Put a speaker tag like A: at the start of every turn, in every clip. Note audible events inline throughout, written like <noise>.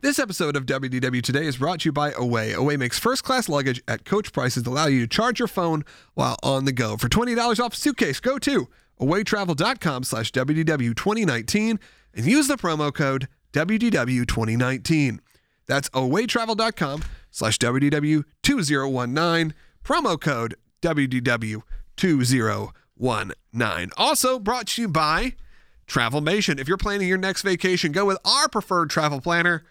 A: This episode of WDW Today is brought to you by Away. Away makes first class luggage at coach prices that allow you to charge your phone while on the go. For $20 off a suitcase, go to awaytravel.com slash WDW2019 and use the promo code WDW2019. That's awaytravel.com slash WDW2019, promo code WDW2019. Also brought to you by Travelmation. If you're planning your next vacation, go with our preferred travel planner.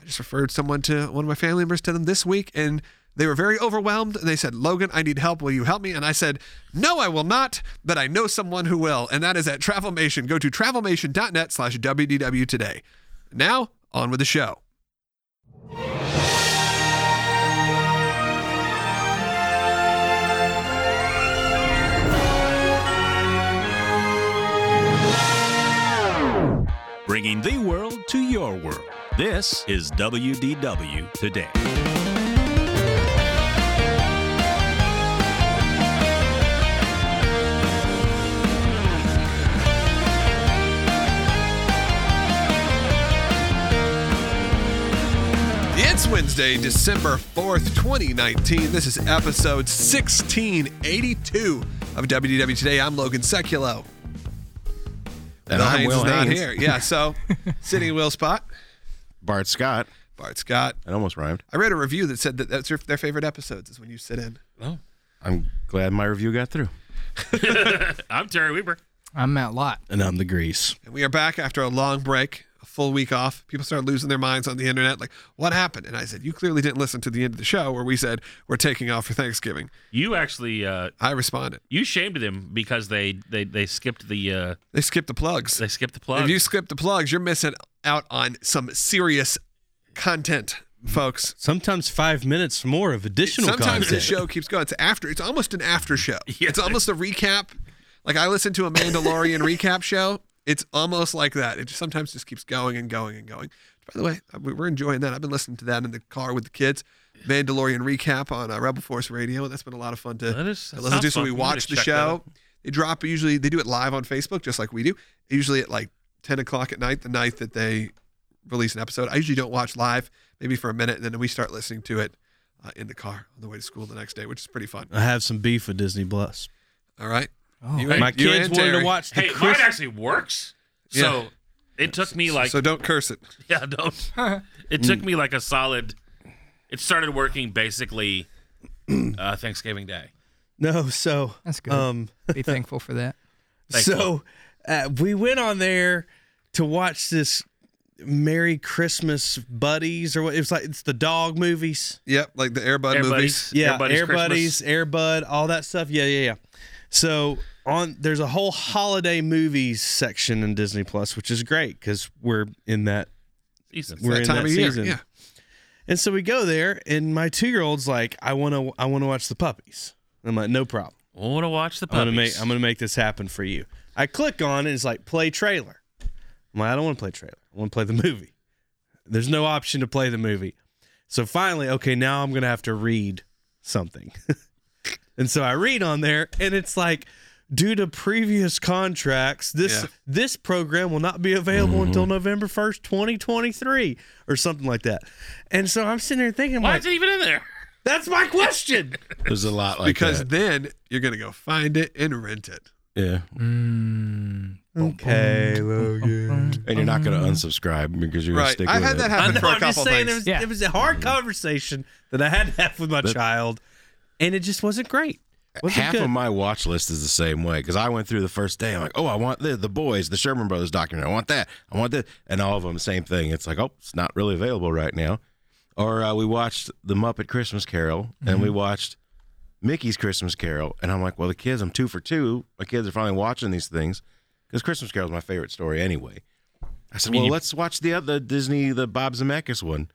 A: I just referred someone to one of my family members to them this week, and they were very overwhelmed. And they said, Logan, I need help. Will you help me? And I said, No, I will not, but I know someone who will. And that is at Travelmation. Go to travelmation.net slash WDW today. Now, on with the show.
B: bringing the world to your world. This is WDW Today.
A: It's Wednesday, December 4th, 2019. This is episode 1682 of WDW Today. I'm Logan Seculo.
C: And
A: Bill
C: I'm
A: Haynes
C: Will
A: is not
C: Haynes.
A: here. Yeah,
C: <laughs>
A: so sitting in Will's spot,
C: Bart Scott.
A: Bart Scott.
C: It almost rhymed.
A: I read a review that said that that's your, their favorite episodes is when you sit in.
C: I'm glad my review got through.
D: I'm Terry Weaver.
E: I'm Matt Lott.
C: And I'm the grease.
A: And we are back after a long break, a full week off. People started losing their minds on the internet, like, what happened? And I said, you clearly didn't listen to the end of the show where we said we're taking off for Thanksgiving.
D: You actually uh,
A: I responded.
D: you shamed them because they they, they skipped the uh,
A: They skipped the plugs.
D: they skipped the plug.
A: If you skip the plugs, you're missing out on some serious content, folks.
F: Sometimes five minutes more of additional
A: Sometimes the
F: content.
A: show keeps going. It's after. It's almost an after show.
D: <laughs>
A: It's almost a recap. Like I listen to a Mandalorian
D: <laughs>
A: recap show. It's almost like that. It just sometimes just keeps going and going and going. By the way, uh, we- we're enjoying that. I've been listening to that in the car with the kids. Mandalorian recap on uh, Rebel Force Radio. That's been a lot of fun to,
D: That is-
A: to
D: that
A: listen to.
D: sounds
A: So
D: fun.
A: we
D: I'm gonna
A: watch the
D: check that
A: show.
D: out.
A: They drop usually. They do it live on Facebook, just like we do. Usually at like ten o'clock at night, the night that they release an episode. I usually don't watch live, maybe for a minute, and then we start listening to it uh, in the car on the way to school the next day, which is pretty fun.
F: I have some beef with Disney Plus.
A: All right.
E: Oh.
A: You and-
F: My
A: you
F: kids
A: and
F: wanted
A: Terry.
F: to watch the
D: hey, mine
F: Chris-
D: actually works. So it took me like
A: so don't curse it.
D: <laughs> yeah, don't. It took me like a solid. It started working basically uh, Thanksgiving Day.
F: No, so
E: That's good.
F: Um, <laughs>
E: Be thankful for that.
F: so uh, we went on there to watch this Merry Christmas Buddies or what? It was like it's the dog movies.
A: Yep, like the Airbud
D: Air
A: movies.
D: Buddies,
F: Yeah,
D: Air Buddies
F: Air
D: Christmas.
F: Buddies, Air Bud, all that stuff. Yeah, yeah, yeah. So on there's a whole holiday movies section in Disney Plus, which is great because we're in that
D: Season.
F: we're
A: That
F: in
A: time
F: that
A: of year.
F: season.
A: Yeah.
F: And so we go there, and my two year old's like, "I want to, I want to watch the puppies." I'm like, "No problem.
D: I want to watch the
F: I'm gonna
D: puppies.
F: make, I'm gonna make this happen for you." I click on it, it's like play trailer. I'm like, "I don't want to play trailer. I want to play the movie." There's no option to play the movie. So finally, okay, now I'm gonna have to read something. <laughs> and so I read on there, and it's like, due to previous contracts, this
A: Yeah.
F: this program will not be available until November 1st, 2023, or something like that. And so I'm sitting there thinking,
D: Why
F: like,
D: is it even in there?
F: that's my question.
C: There's a lot like
A: because
C: that.
A: then you're gonna go find it and rent it.
C: <laughs> Yeah.
F: Okay, <laughs> Logan.
C: And you're not going to unsubscribe because you're going to
A: Right.
C: stick
A: I've
C: with
A: had
C: it.
A: that
F: I
A: happen <laughs>
F: know.
A: for a
F: I'm just
A: couple
F: saying it
A: things.
F: was,
E: Yeah.
F: it was a hard conversation that I had to have with my child, and it just wasn't great. Wasn't
C: Half
F: good.
C: of my watch list is the same way because I went through the first day. I'm like, oh, I want the the boys, the Sherman Brothers documentary. I want that. I want that. And all of them, same thing. It's like, oh, it's not really available right now. Or uh, we watched the Muppet Christmas Carol and we watched Mickey's Christmas Carol. And I'm like, well, the kids, I'm two for two. My kids are finally watching these things because Christmas Carol is my favorite story anyway. I said, well, let's watch the other Disney, the Bob Zemeckis one.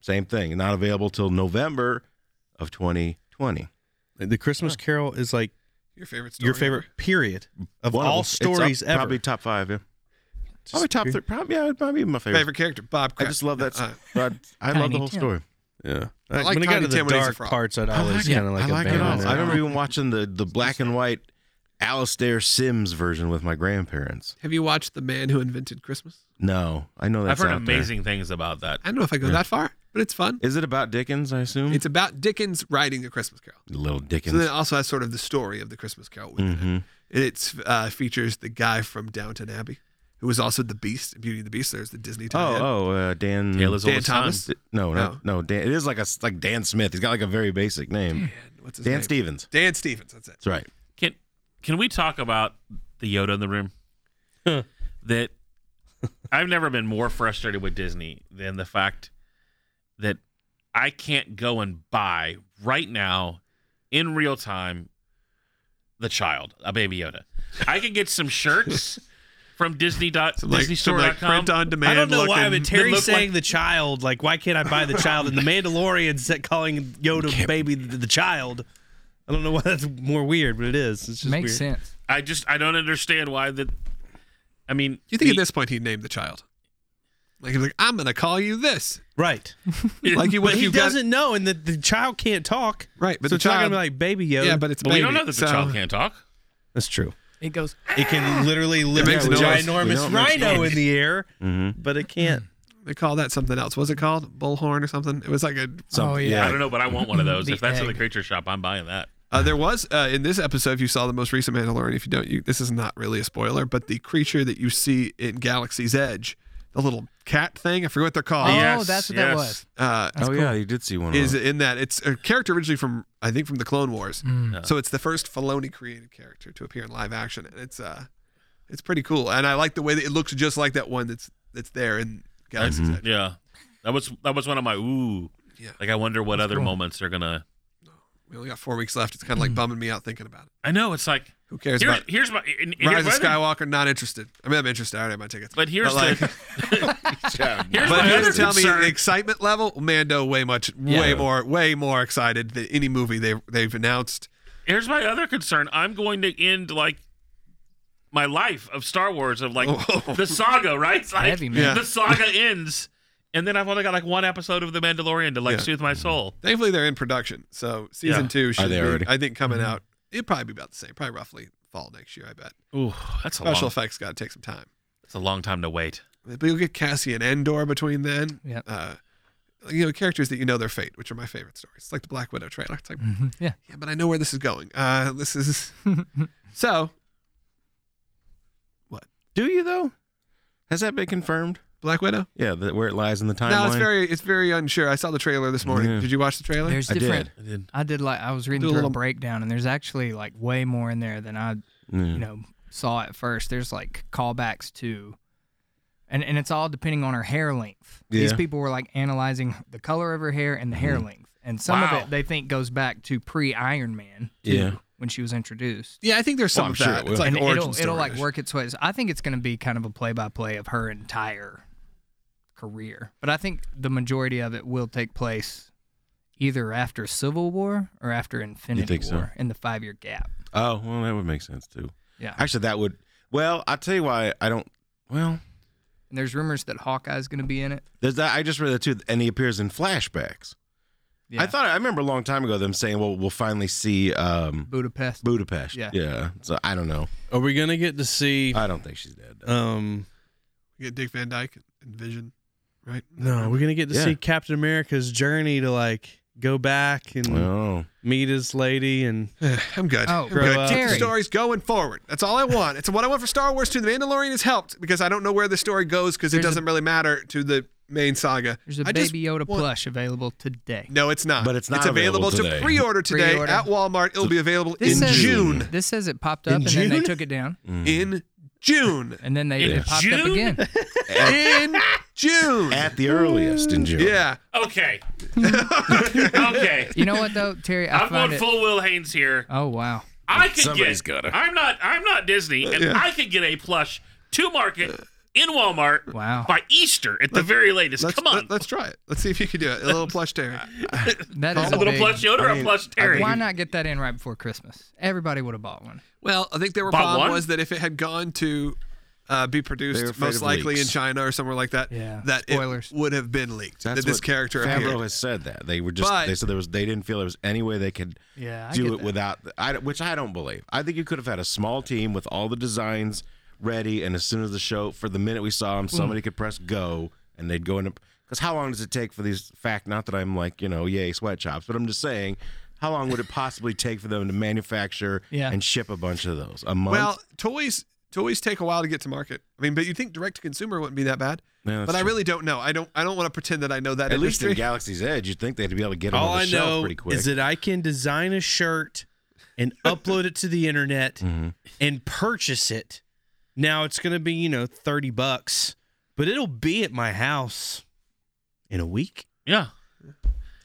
C: Same thing. Not available till November of 2020.
F: the Christmas Carol is like
A: Your favorite story.
F: your favorite period of
C: One
F: all
C: them. It's up-
F: stories ever.
C: Probably top five, yeah. Probably top three. Probably, yeah, it'd probably be my favorite.
A: favorite character, Bob.
C: I
A: Cratchit.
C: just love that.
A: Uh,
C: s- but I love
E: Tiny
C: the whole
E: Tim.
C: story. Yeah.
A: I like
F: when
A: Tiny
F: it got to the
A: Tim when he's a
F: dark
A: frog.
F: parts, I'd
C: I
F: always
C: like,
F: kind of like
C: I like it all.
F: abandon
C: I remember even watching the, the black and white Alistair Sims version with my grandparents.
A: Have you watched The Man Who Invented Christmas?
C: No, I know
D: I've
C: that's
D: heard
C: out there.
D: amazing things about that.
A: I don't know if I go that far, but it's fun.
C: Is it about Dickens? I assume
A: It's about Dickens writing A Christmas Carol.
C: little Dickens.
A: So then it also has sort of the uh, story of The Christmas Carol within it. And it uh, features the guy from Downton Abbey, who was also the Beast, Beauty and the Beast. There's the Disney
C: oh,
A: tie-in.
C: oh, uh, Dan.
D: Taylor's
A: Dan Thomas.
C: No, no,
A: No.
C: no, Dan. It is like a s- like Dan Smith. He's got like a very basic name.
A: What's his
C: Dan
A: name?
C: Stevens.
A: Dan Stevens. That's it.
C: That's right.
D: Can can we talk about the Yoda in the room? that I've never been more frustrated with Disney than the fact that I can't go and buy right now in real time the child, a baby Yoda. I can get some shirts
A: <laughs>
D: from Disney dot
A: Some, like, some, like
D: DisneyStore.com.
A: print on demand.
F: I don't know why,
A: looking-
F: but Terry's
D: look like-
F: saying the child. Like, why can't I buy the child?
A: <laughs>
F: And the Mandalorian's that calling Yoda baby the, the child. I don't know why that's more weird, but it is. It's just
E: Makes
F: weird.
E: sense.
D: I just I don't understand why that. I mean,
A: You think at
D: the-
A: this point he'd name the child? Like he's like, I'm gonna call you this.
F: Right.
A: Like you would
F: But
A: if
F: he
A: you got
F: doesn't know, and the, the child can't talk.
A: right, but
F: so
A: the
F: it's not
A: child.
F: gonna be like baby Yoda.
A: yeah, but it's. a
D: but we don't
A: baby,
D: know that
A: so-
D: the child can't talk.
F: that's true.
E: It goes.
F: It can literally live
A: makes
F: a
A: a noise.
C: We
F: ginormous
C: don't make
F: rhino in the air, but it can't.
A: They call that something else. Was it called bullhorn or something? It was like a.
E: oh
C: yeah.
E: yeah.
D: I don't know, but I want
A: <laughs>
D: one of those.
E: The
D: if that's in the
E: egg.
D: creature shop, I'm buying that.
A: Uh, there was uh, in this episode. If you saw the most recent Mandalorian, if you don't, you, this is not really a spoiler, but the creature that you see in Galaxy's Edge, the little cat thing. I forget what they're
E: Oh,
A: called.
D: Yes,
E: that's what
D: yes.
E: that
A: Uh,
E: was.
C: oh yeah, you did see one.
A: is
C: Is it?
A: in that it's a character originally from I think from the Clone Wars. So it's the first Filoni created character to appear in live action, and it's uh, it's pretty cool. And I like the way that it looks just like that one that's that's there in Galaxy's Edge.
D: Yeah, that was that was one of my ooh.
A: Yeah.
D: Like I wonder what other moments are gonna.
A: We only got four weeks left. It's kind of like bumming me out thinking about it.
D: I know it's like
A: Who cares
D: here's
A: about
D: here's my and- and
A: Rise of
D: whether-
A: Skywalker? Not interested. I mean, I'm interested. I already have my tickets.
D: But here's
A: like,
D: the
C: <laughs>
D: here's
A: but
D: my
A: if you
D: other
A: tell
D: concern.
A: me the excitement level, Mando way much, way more, way more excited than any movie they they've announced.
D: <laughs> here's my other concern. I'm going to end like my life of Star Wars of like
A: Oh.
D: the saga, right? It's like,
E: Heavy, man.
A: Yeah.
D: The saga ends, and then I've only got like one episode of The Mandalorian to like
A: Yeah.
D: soothe my soul.
A: Thankfully, they're in production, so season
D: Yeah. Mm-hmm.
A: two should
C: they
A: be,
C: already?
A: I think, coming out. It'd probably be about the same, probably roughly fall next year. I bet.
D: Ooh, that's a
A: Special
D: long,
A: effects got to take some time,
D: that's a long time to wait.
A: but you'll get Cassie and Endor between then.
E: Yep.
A: Uh, you know, characters that you know their fate, which are my favorite stories, like the Black Widow trailer. It's like,
D: Mm-hmm.
E: Yeah.
A: yeah, but I know where this is going. Uh, this
D: <laughs>
A: is so
C: Do you though? Has that been confirmed?
A: Black Widow.
C: Yeah, that where it lies in the timeline.
A: No, it's very, it's very unsure. I saw the trailer this morning.
C: Yeah.
A: Did you watch the trailer?
E: There's
C: I did.
E: different.
D: I did.
E: I did like I was reading
A: Do a
E: through
A: little-
E: a breakdown, and there's actually like way more in there than I
C: Yeah.
E: you know saw at first. There's like callbacks to, and and it's all depending on her hair length. These
C: Yeah.
E: people were like analyzing the color of her hair and the hair
C: Mm-hmm.
E: length, and some
D: Wow.
E: of it they think goes back to pre Iron Man. too,
C: Yeah.
E: when she was introduced.
A: yeah, I think there's some
C: Well,
A: of
C: I'm sure
A: that.
C: it will.
A: It's like
E: and
A: origin
E: it'll it'll like
A: story-ish.
E: work its ways. I think it's going to be kind of a play by play of her entire career, but I think the majority of it will take place either after Civil War or after Infinity
C: think so?
E: War in the five year gap.
C: Oh well, that would make sense too.
E: Yeah,
C: Actually, that would. Well, I will tell you why I don't. Well,
E: and there's rumors that Hawkeye's going to be in it.
C: there's that. I just read that too, and he appears in flashbacks.
E: Yeah.
C: I thought I remember a long time ago them saying, "Well, we'll finally see um,
E: Budapest.
C: Budapest."
E: Yeah.
C: yeah. So I don't know.
F: Are we gonna get to see?
C: I don't think she's dead. though.
F: Um,
A: You get Dick Van Dyke and Vision, <sighs> right?
F: no, we're gonna get to
C: Yeah.
F: see Captain America's journey to like go back and
C: Oh,
F: meet his lady and
A: Eh, I'm good.
E: Oh,
A: I'm
E: grow
A: good.
F: up.
A: Keep the
E: Terry.
A: stories going forward. That's all I want. It's what I want for Star Wars 2. The Mandalorian has helped because I don't know where the story goes because it
E: There's a-
A: doesn't really matter to the main saga.
E: There's a
A: I just
E: Baby Yoda
A: want-
E: plush available today.
A: No, it's not.
C: But it's not
A: It's available,
C: available today.
A: to pre-order today
E: Pre-order.
A: at Walmart. It'll be available
E: This
A: in
E: says-
A: June.
E: This says it popped
F: In
E: up and then they
F: June?
E: took it down,
A: In <laughs> June.
E: and then they
D: In
E: it popped up
D: June?
E: again.
A: In June.
C: at the earliest in June.
A: Yeah. <laughs>
D: Okay. okay.
E: You know what though, Terry? I
D: <laughs> I'm
E: find
D: going
E: it.
D: full Will Haynes here.
E: oh wow.
D: I could
C: Somebody's
D: get.
C: gotta.
D: I'm not. I'm not Disney, and
A: Yeah.
D: I could get a plush to market in Walmart.
E: Wow.
D: By Easter at the very latest.
A: Let's,
D: Come on.
A: Let, us try it. Let's see if you can do it. A little plush Terry.
E: That is
D: a little
E: big-
D: plush Yoda or a plush Terry.
E: Why not get that in right before Christmas? Everybody would have bought one.
A: Well, I think their
D: Bought
A: problem
D: one?
A: was that if it had gone to uh, be
C: They're
A: produced
C: afraid
A: most
C: of
A: likely in
C: leaks.
A: China or somewhere like that.
E: Yeah.
A: That it
E: Spoilers.
A: would have been leaked.
C: That's
A: that this
C: what
A: character
C: Favreau
A: appeared.
C: has said that they were just
A: But-
C: they said there was they didn't feel there was any way they could
E: Yeah, I
C: do
E: get
C: it
E: that.
C: without I, which I don't believe. I think you could have had a small team with all the designs ready, and as soon as the show for the minute we saw them,
E: Mm.
C: somebody could press go and they'd go into because how long does it take for these fact? Not that I'm like you know yay sweatshops, but I'm just saying. How long would it possibly take for them to manufacture
E: Yeah.
C: and ship a bunch of those? A month?
A: Well, toys toys take a while to get to market. I mean, but you think direct to consumer wouldn't be that bad?
C: Yeah, that's
A: but I
C: true.
A: really don't know. I don't I don't want to pretend that I know that
C: at least in
A: industry.
C: Galaxy's Edge, you'd think they'd be able to get them
F: All
C: on the
F: I
C: shelf
F: know
C: pretty quick.
F: is that I can design a shirt and upload it to the internet and purchase it. Now it's going to be, you know, 30 bucks, but it'll be at my house in a week.
D: Yeah.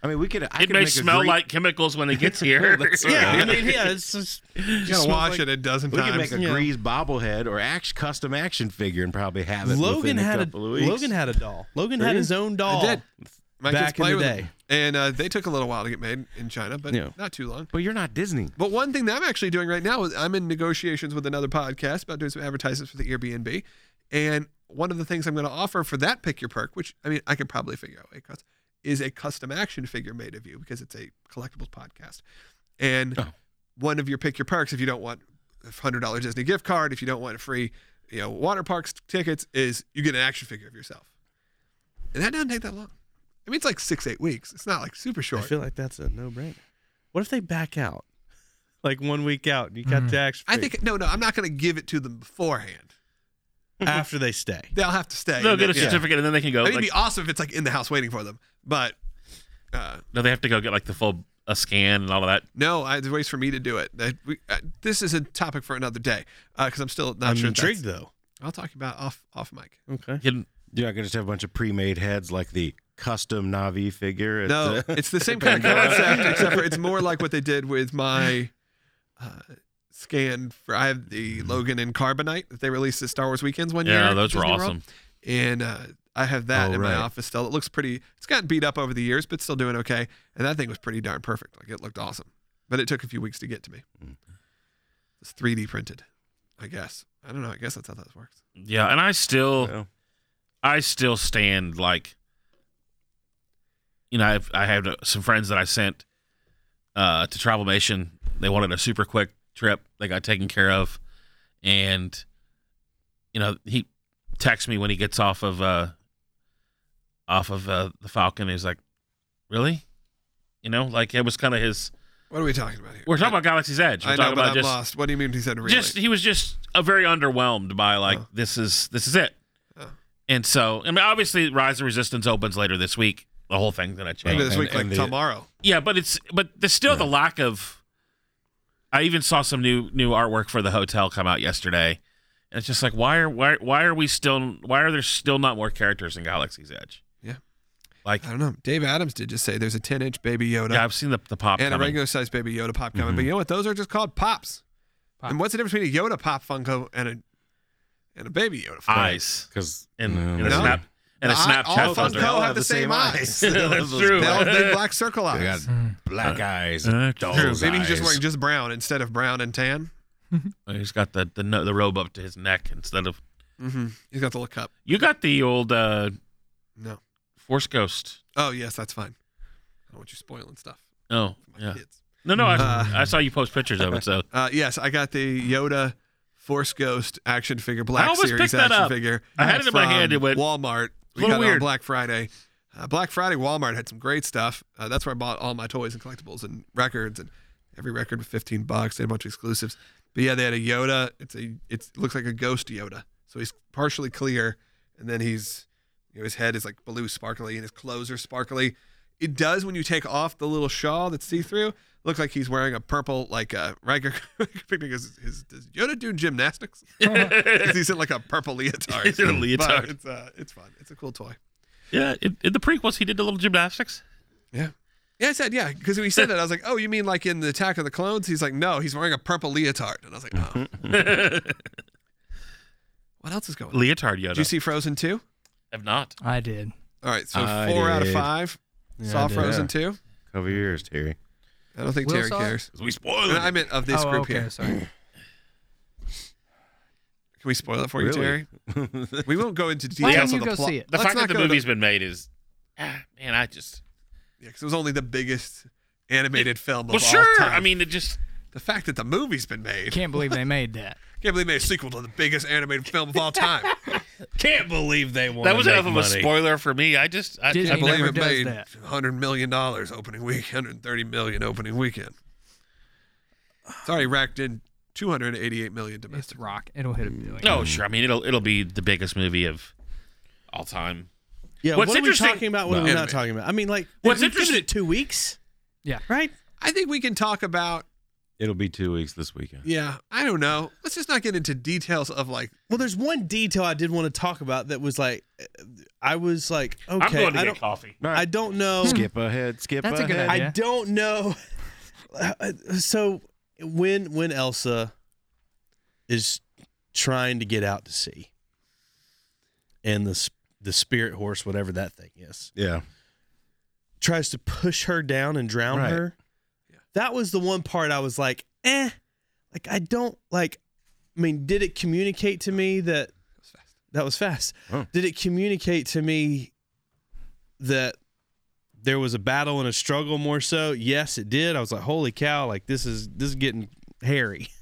C: I mean, we could. I
D: it
C: could
D: may
C: make a
D: smell
C: great-
D: like chemicals when it gets here.
F: Yeah, I mean, yeah, it's just
A: You gotta wash it a dozen
C: We could
A: times.
C: make a
F: Yeah.
C: Grease bobblehead or act custom action figure and probably have it.
F: Logan
C: within
F: had
C: a
F: a
C: couple of weeks.
F: Logan had a doll. Logan had
C: Really?
F: his own doll.
A: did. My kids
F: back in
A: play
F: the
A: with
F: day.
A: them. and uh, they took a little while to get made in China, but
F: Yeah.
A: not too long.
C: but you're not Disney.
A: But one thing that I'm actually doing right now is I'm in negotiations with another podcast about doing some advertisements for the Airbnb. And one of the things I'm going to offer for that pick your perk, which I mean, I could probably figure out what it costs, is a custom action figure made of you because it's a collectibles podcast. And
F: Oh.
A: one of your pick your perks, if you don't want a $100 Disney gift card, if you don't want free, you know, water parks tickets, is you get an action figure of yourself. And that doesn't take that long. I mean, it's like six, eight weeks. It's not like super
F: I
A: short.
F: feel like that's a no-brainer. What if they back out? Like one week out, and you got the action.
A: I think, no, no, I'm not going to give it to them beforehand.
F: after they stay.
A: They'll have to stay.
D: They'll get a
A: Yeah.
D: certificate and then they can go.
A: I mean, it'd
D: like-
A: be awesome if it's like in the house waiting for them, but uh,
D: no, they have to go get like the full a scan and all of that.
A: no, I, there's ways for me to do it. That we, uh, this is a topic for another day because I'm still not
F: I'm
A: sure.
F: intrigued
A: that's-
F: though.
A: I'll talk about off off mic.
F: Okay.
D: Hidden-
C: You're not gonna just have a bunch of pre-made heads like the custom Navi figure. at
A: No,
C: the-
A: it's the same kind of concept, except for it's more like what they did with my uh, scan for. I have the Logan and Carbonite that they released at Star Wars weekends one year.
D: Mm. Yeah,
A: at
D: those were
A: Disney World.
D: awesome.
A: and uh, I have that
C: Oh,
A: in my
C: right.
A: office still. It looks pretty. It's gotten beat up over the years, but still doing okay. And that thing was pretty darn perfect. Like it looked awesome, but it took a few weeks to get to me.
C: Mm-hmm.
A: It's 3D printed, I guess. I don't know. I guess that's how that works.
D: Yeah, and I still,
C: Well.
D: I still stand like, you know, I've, I have some friends that I sent uh, to Travel Nation. They wanted a super quick trip. They got taken care of, and you know, he texts me when he gets off of uh, off of uh, the Falcon. He's like, "Really?" You know, like it was kind of his.
A: What are we talking about here?
D: We're talking about Galaxy's Edge. We're
A: I know,
D: talking
A: but
D: about
A: I'm
D: just
A: lost. What do you mean he said really?
D: just he was just uh very underwhelmed by like
A: Oh.
D: this is this is it.
A: Oh.
D: And so I mean obviously Rise of Resistance opens later this week. The whole thing's gonna change.
A: Maybe this
C: Oh, and-
A: week, like
C: and the-
A: tomorrow.
D: Yeah, but it's but there's still the lack of I even saw some new new artwork for the hotel come out yesterday. And it's just like why are why why are we still why are there still not more characters in Galaxy's Edge?
A: Yeah.
D: Like
A: I don't know. Dave Adams did just say there's a 10 inch baby Yoda
D: yeah, I've seen the the pop
A: uh, and a
D: coming.
A: regular sized baby Yoda pop coming.
C: Mm-hmm.
A: But you know what? Those are just called pops.
E: Pop.
A: And what's the difference between a Yoda pop Funko and a and a baby Yoda? Funko?
D: eyes
C: Cause
D: and,
C: no,
D: and a
A: No.
D: snap and a
A: The eye-
D: Snapchat
A: all
D: filter.
A: Funko have, the same, eyes.
D: <laughs> That's true.
A: <laughs> They all have
D: <laughs>
A: big black circle
C: They got
A: eyes.
C: black eyes,
D: uh,
C: and
D: true.
C: doll's
A: Maybe he's just
C: eyes.
A: wearing just brown instead of brown and tan.
D: He's got the the, no- the robe up to his neck instead of
A: Mm-hmm. He's got the look up.
D: you got the old uh,
A: No.
D: Force Ghost.
A: Oh yes, that's fine. I don't want you spoiling stuff.
D: Oh
A: for My
D: yeah,
A: kids.
D: no no, I,
A: Uh.
D: I saw you post pictures of it. So <laughs>
A: Uh, yes, I got the Yoda Force Ghost action figure, Black
D: almost
A: Series
D: picked that
A: action
D: up.
A: figure.
D: I had it in my
A: from
D: hand, it went-
A: Walmart. We
D: Little
A: got it on
D: weird.
A: Black Friday. Uh, Black Friday, Walmart had some great stuff. Uh, that's where I bought all my toys and collectibles and records, and every record was fifteen bucks. They had a bunch of exclusives. But yeah, they had a Yoda. It's a it's, it looks like a ghost Yoda. So he's partially clear, and then he's you know his head is like blue sparkly, and his clothes are sparkly. It does when you take off the little shawl that's see through. Look like he's wearing a purple like uh, Riker <laughs> picnic. Is, is does Yoda do gymnastics? 'Cause he's in like a purple leotard.
D: He's in a
A: But
D: leotard.
A: it's uh, it's fun. It's a cool toy.
D: yeah, in, in the prequels he did the little gymnastics.
A: Yeah, I said yeah because when he said that I was like, oh, you mean like in the Attack of the Clones? He's like, no, he's wearing a purple leotard, and I was like, oh,
D: <laughs>
A: what else is going? on?
D: Leotard Yoda.
A: Did you see Frozen two?
D: Have not.
E: I did.
A: All right, so
C: I
A: four out of
C: did.
A: five saw Frozen two.
C: Cover your ears, Terry.
A: I don't think
E: Will Oh,
A: Terry
E: saw it?
A: cares.
C: We spoiled.
A: I meant of this
E: oh,
A: group
E: okay,
A: here.
E: sorry.
A: Can we spoil it for you,
C: Really?
A: Terry? We won't go into
E: <laughs> Why
A: details
E: don't
A: on
E: you
A: the
E: go
A: plot.
E: see it?
D: The
A: Let's
D: fact
A: not
D: that the
A: go to-
D: movie's been made is, ah, man, I just
A: Yeah, 'cause it was only the biggest animated film of
D: well,
A: all
D: sure.
A: time.
D: I mean, it just
A: the fact that the movie's been made. Can't,
E: <laughs> Can't believe they made that.
A: believe they made a sequel to the biggest animated film
E: <laughs>
A: of all time.
F: Can't believe they won.
D: that was
F: make
D: enough of a
F: money.
D: spoiler for me. I just I,
E: Disney
A: I believe
E: never
A: it
E: does
A: made
E: that.
A: 100 million dollars opening week, 130 million opening weekend. It's already racked in 288 million domestic.
E: <laughs> It's rock. It'll hit a billion.
D: no, sure. I mean, it'll it'll be the biggest movie of all time.
F: Yeah,
D: What's
F: what are we
D: interesting-
F: talking about? What are we
A: Well,
F: not talking about? I mean, like,
D: What's
F: we've given
D: interesting-
F: It two weeks,
E: Yeah.
F: right?
A: I think we can talk about.
C: It'll be two weeks this weekend.
A: Yeah, I don't know. Let's just not get into details of like.
F: Well, there's one detail I did want to talk about that was like, uh, I was like, okay,
D: I'm going to
F: I
D: get
F: don't,
D: coffee.
C: All right.
F: I don't know.
C: skip ahead. Skip
E: That's a
C: ahead.
E: good idea.
F: I don't know. Uh, So when when Elsa is trying to get out to sea, and the s- the spirit horse, whatever that thing is,
C: Yeah.
F: tries to push her down and drown
C: Right.
F: her. That was the one part I was like, eh, like I don't like. I mean, did it communicate to me that that was fast?
C: Oh.
F: Did it communicate to me that there was a battle and a struggle more so? Yes, it did. I was like, holy cow! Like this is this is getting hairy. <laughs>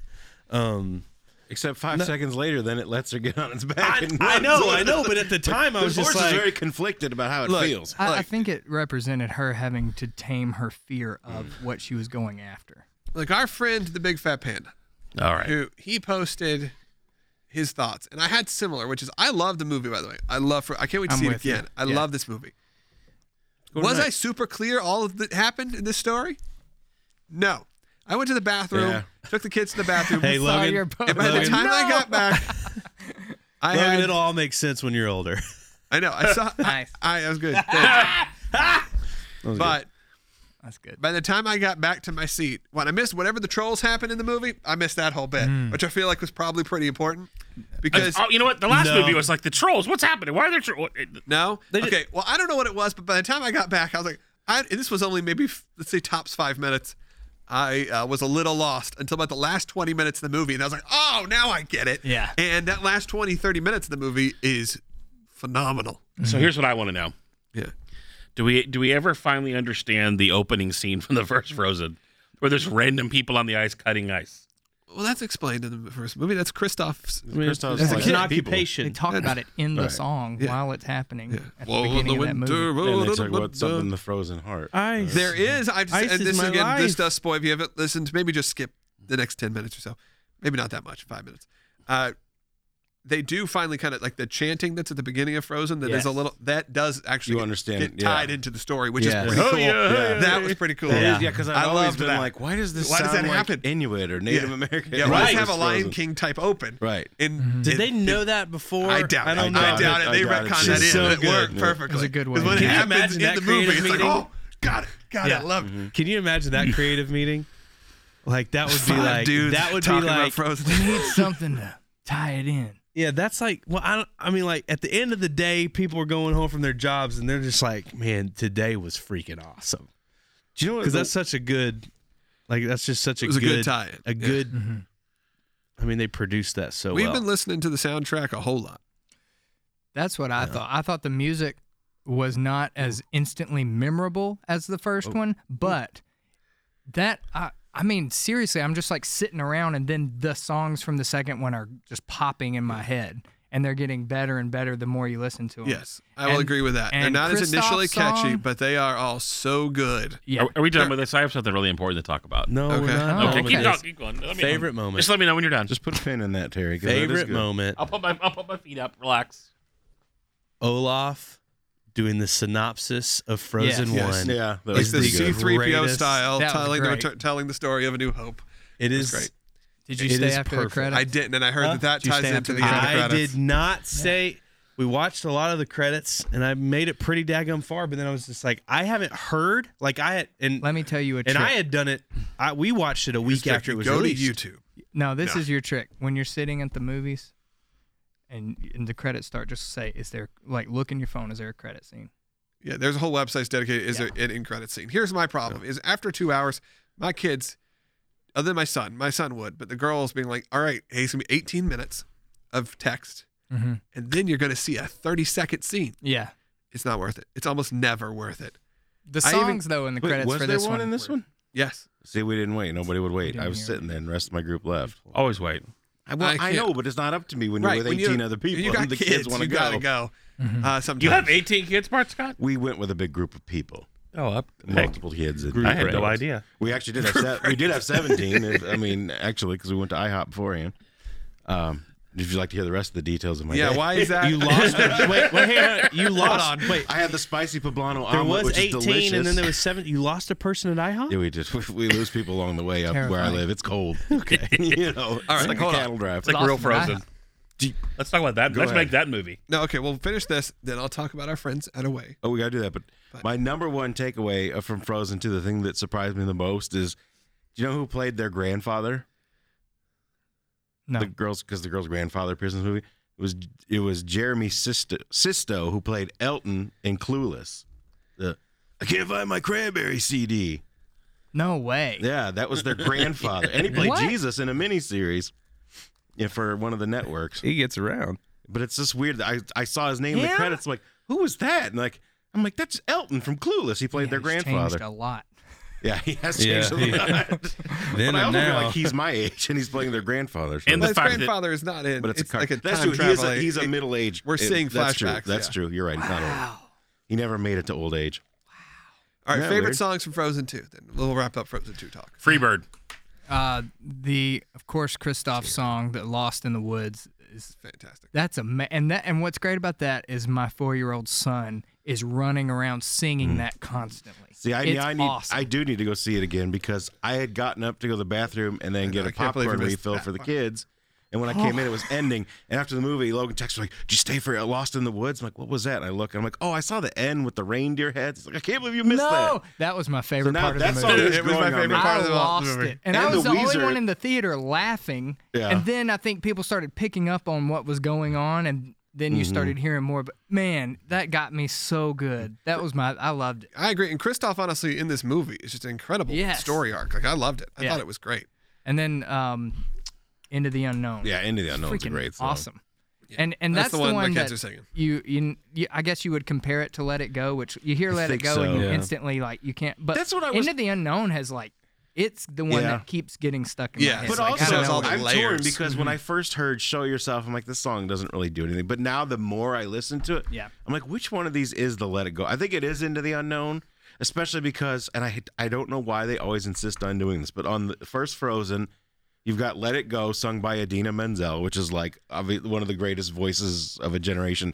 F: Um,
C: Except five
F: No.
C: seconds later, then it lets her get on its back.
F: I,
C: and
F: I
C: runs
F: know,
C: <laughs> with
F: I
C: it.
F: know, but at the time I
C: The
F: was just
C: horse is
F: like,
C: very conflicted about how it
F: Look,
C: feels.
E: I, I
C: Like,
E: think it represented her having to tame her fear of what she was going after.
A: Like our friend, the big fat panda.
D: All right.
A: who he posted his thoughts, and I had similar, which is I love the movie. By the way, I love. For, I can't wait to
E: I'm
A: see it
E: with you.
A: again. I
E: Yeah.
A: love this movie. Was I super clear all of that happened in this story? No. I went to the bathroom,
C: Yeah.
A: took the kids to the bathroom,
F: hey,
E: Saw
F: Logan,
E: your
F: Logan,
E: post.
A: and by the
F: Logan.
A: time I got back, I had.
F: it'll all make sense when you're older.
A: I know. I saw.
E: Nice.
A: I, I that was good. Thanks. but
E: That's good.
A: by the time I got back to my seat, when I missed whatever the trolls happened in the movie, I missed that whole bit,
E: Mm.
A: which I feel like was probably pretty important because
D: Oh, you know what? The last
F: No.
D: movie was like the trolls. What's happening? Why are there trolls?
A: No.
F: did-
A: okay. Well, I don't know what it was, but by the time I got back, I was like, I, and this was only maybe f- let's say tops five minutes. I uh, was a little lost until about the last 20 minutes of the movie, and I was like, oh, now I get it.
E: Yeah.
A: And that last 20, 30 minutes of the movie is phenomenal.
D: So here's what I want to know.
A: Yeah.
D: Do we do we ever finally understand the opening scene from the first Frozen, where there's random people on the ice cutting ice?
A: Well, that's explained in the first movie. That's Kristoff's.
C: Christos
E: As a
C: likes
E: kid-
C: people.
E: They talk about it in the
C: Right.
E: song
A: Yeah.
E: while it's happening at the
A: Woe
E: beginning of that movie.
A: woe
C: And they
A: to
C: talk
A: the
C: about
F: uh,
C: something in
A: winter.
C: the frozen heart.
F: I
A: There is. I just,
F: Ice
A: and
F: is
A: this
F: my
A: again, this
F: life.
A: does spoil. If you haven't listened, maybe just skip the next ten minutes or so. Maybe not that much, five minutes. Uh, they do finally kind of like the chanting that's at the beginning of Frozen. That is a
F: Yes.
A: little that does actually
C: You understand,
A: get
C: yeah.
A: tied into the story, which
F: Yes.
A: is
C: <laughs>
A: pretty
D: Oh,
A: cool.
D: yeah, yeah,
A: That was pretty cool.
F: Yeah.
C: It is, yeah, because I've
A: I
C: always
A: loved
C: been
A: that.
C: like, why does this
A: Why does
C: sound
A: that
C: like
A: happen?
C: Inuit or Native
A: Yeah.
C: American? <laughs>
A: Yeah, why
F: Right.
A: have a Lion
C: Frozen.
A: King type open?
C: Right.
A: And
F: Mm-hmm. Did
A: it-
F: they know
A: it-
F: that before?
A: I doubt it. I,
F: don't know.
A: doubt,
C: doubt
A: it.
C: it.
A: They
C: I doubt it
A: retconned
C: too.
A: that in.
F: So
A: it
F: good.
A: worked
C: Yeah.
A: perfectly.
E: It was a good
A: 'Cause
E: one.
A: When
E: Can
A: it
E: you
A: happens
F: imagine
A: in
F: that
A: the movie,
F: creative
A: it's like,
F: meeting?
A: oh, got it, got
F: Yeah.
A: it, love it.
F: Can you imagine that creative meeting? Like that would be
A: Five
F: like
A: dudes
F: that would be
A: talking about
F: like
A: Frozen.
E: Need something to tie it in.
F: yeah that's like well I don't, I mean like at the end of the day people are going home from their jobs and they're just like man today was freaking awesome
C: Do you know what?
F: because that's such a good like that's just such a
A: It was a
F: good,
A: good tie-in.
F: a
A: Yeah.
F: good I mean they produced that so
A: We've
F: well
A: been listening to the soundtrack a whole lot.
E: That's what I thought. I thought the music was not as instantly memorable as the first
A: Oh.
E: one, but that I I mean seriously, I'm just like sitting around and then the songs from the second one are just popping in my head and they're getting better and better the more you listen to them.
A: Yes, I will
E: And-
A: agree with that. They're
E: and
A: not as
E: Christoph's
A: initially catchy,
E: song-
A: but they are all so good.
E: Yeah.
D: Are, are we done with this? I have something really important to talk about.
F: no we're
A: Okay.
E: Oh,
F: not
D: Okay,
F: done with
D: keep
F: this.
D: going. Keep going. Let me-
F: favorite moment
D: Just let me know when you're done. Just
C: Just put a pin in that, Terry. 'cause that is
F: favorite
C: good.
F: moment
D: I'll put my I'll put my feet up. Relax.
F: Olaf doing the synopsis of Frozen
E: Yes.
F: One
C: Yeah, that
A: Like
C: was
A: the
C: pretty
A: C
C: good.
A: three PO
F: greatest-
A: style,
E: that was
A: telling the
E: great.
A: return, telling the story of A New Hope.
F: it is
A: great.
E: Did you
F: It
E: stay
F: is
E: after
F: perfect.
E: the credits?
A: I didn't, and I heard
F: Huh?
A: that that
E: Did you
A: ties
E: stand
A: into
E: to
A: the
E: the
A: end of
F: I
A: credits.
F: did not say. We watched a lot of the credits, and I made it pretty daggum far. But then I was just like, I haven't heard. Like I had, and
E: Let me tell you a
F: and
E: trick.
F: I had done it. I we watched it a week
A: Just like,
F: after it was
A: go
F: released.
A: to YouTube.
E: no, this
A: No.
E: is your trick. When you're sitting at the movies and, and the credits start, just say, is there like look in your phone, is there a credit scene?
A: Yeah, there's a whole website dedicated is
E: Yeah.
A: there an in credit scene. Here's my problem: is after two hours, my kids, other than my son, my son would, but the girls being like, "All right, hey, it's gonna be 18 minutes of text,
E: Mhm.
A: and then you're going to see a 30 second scene.
E: Yeah.
A: It's not worth it. It's almost never worth it.
E: The
A: I even-
E: songs though in the credits
C: was
E: for
C: there
E: this
C: one,
E: one.
C: in this one?
A: Yes.
C: See, we didn't wait. Nobody would wait.
E: didn't
C: I was
E: hear
C: sitting there, and the rest of my group left.
D: Always wait.
C: I, well, I,
A: can't-
C: know, but it's not up to me when you're with
A: when
C: 18 other people.
A: You got
C: and the
A: kids.
C: kids, want to
A: you gotta
C: go.
A: go. Uh, sometimes.
D: Mm-hmm. You have 18 kids, Bart Scott?
C: We went with a big group of people,
D: Oh, up.
C: multiple kids. and
D: I had no
C: parents.
D: idea.
C: We actually did have se- we did have 17. <laughs> if- I mean, actually, because we went to IHOP beforehand. Um, if you'd like to hear the rest of the details of my
A: Yeah.
C: day.
A: Why is that? <laughs>
C: <laughs>
F: You lost. wait, wait, hang on. You lost.
A: on.
F: Wait,
C: I had the spicy poblano
F: there
C: omelet,
F: was
C: which is
F: 18, and
C: delicious.
F: then there was seven. You lost a person at
C: <laughs>
F: IHOP.
C: Yeah, we just we lose people along the way up where I
E: Terrifying.
C: live. It's cold. Okay, <laughs> you know, it's
A: right,
C: like
A: hold
C: a
A: on.
C: cattle drive.
D: It's like real
E: Lost in
D: frozen.
E: IHOP.
D: Let's talk about that. Let's
C: ahead.
D: make that movie.
A: No. Okay. We'll finish this. Then I'll talk about our friends at Away.
C: Oh, we gotta do that. But my number one takeaway uh, from Frozen Two, the thing that surprised me the most is, do you know who played their grandfather?
E: No.
C: The girls, because the girl's grandfather appears in this movie. It was it was Jeremy Sisto, Sisto who played Elton in Clueless. The I can't find my cranberry CD.
E: No way.
C: Yeah, that was their grandfather, and he played
E: What?
C: Jesus in a miniseries. Yeah, for one of the networks.
F: He gets around.
C: But it's just weird. that I I saw his name in the
E: Yeah?
C: credits. I'm like, who was that? And like, I'm like, that's Elton from Clueless. He played
E: Yeah,
C: their
E: he's
C: grandfather.
E: Changed a lot.
C: Yeah, he has
F: Yeah,
C: changed
F: he-
A: <laughs>
C: a lot.
F: Then
C: but I
F: and
C: also feel
F: now, <laughs>
C: like he's my age and he's playing their grandfather. So
D: And
A: Well,
D: the
A: his
D: fact that-
A: grandfather is not in.
C: but it's, a car.
A: like a
C: that's
A: time
C: true. He is
A: travel.
C: a, he's a
A: It-
C: middle aged.
A: we're seeing
C: that's True.
A: flashbacks,
C: That's
A: yeah.
C: true. You're right. He's not old.
E: Wow.
C: He never made it to old age.
A: All right,
C: Yeah,
A: favorite
C: weird.
A: songs from Frozen 2. Then we'll wrap up Frozen 2 talk.
D: Freebird.
E: Uh, the of course Kristoff song that Lost in the Woods is
A: Fantastic.
E: that's a and that and what's great about that is my four year old son is running around singing that constantly.
C: Mm. See, I,
E: it's
C: yeah, I need,
E: awesome.
C: I do need to go see it again because I had gotten up to go to the bathroom and then get
A: know,
C: a
A: I can't believe
C: popcorn
A: you missed
C: refill
A: that
C: for the
A: part.
C: kids. And when I came in, it was
E: Oh.
C: ending. And after the movie, Logan texted me like, "Did you stay for Lost in the Woods?" I'm like, "What was that?" And I look, and I'm like, "Oh, I saw the end with the reindeer heads." He's like, "I can't believe you missed
E: no,
C: that."
E: that. was my
C: So
E: favorite
C: now
E: part of the
C: that
E: movie.
C: song is
A: It was
C: growing
A: my
C: on me.
A: favorite part
E: I
A: of the
E: lost
A: movie.
E: it,
C: And
E: and, I
C: the
E: was the, only
C: Weezer-
E: one in the theater laughing.
C: Yeah.
E: And then I think people started picking up on what was going on, and then you
C: Mm-hmm.
E: started hearing more. But man, that got me so good. That was my, I loved it.
A: I agree. And Kristoff, honestly, in this movie, is just an incredible
E: Yes.
A: story arc. Like, I loved it. I
E: Yeah.
A: thought it was great.
E: And then um, into the unknown.
C: Yeah, Into the Unknown's a
E: Freaking
C: great song.
E: Awesome. And and
A: That's
E: that's,
A: the one my
E: that
A: kids are singing.
E: You, you you I guess you would compare it to Let It Go, which you hear Let It
C: think
E: Go
C: so.
E: and you
F: Yeah.
E: instantly like you can't. But
C: That's what I was-
E: Into the Unknown has like it's the one
C: Yeah.
E: that keeps getting stuck in
A: Yeah.
E: my head.
A: But
C: But
E: Like, I
C: also,
E: don't know
A: all the
E: what-
C: I'm torn
A: layers.
C: because when I first heard "Show Yourself," I'm like, "This song doesn't really do anything." But now, the more I listen to it,
E: Yeah.
C: I'm like, "Which one of these is the Let It Go?" I think it is "Into the Unknown," especially because, and I I don't know why they always insist on doing this, but on the first Frozen, you've got "Let It Go" sung by Adina Menzel, which is like obvi- one of the greatest voices of a generation.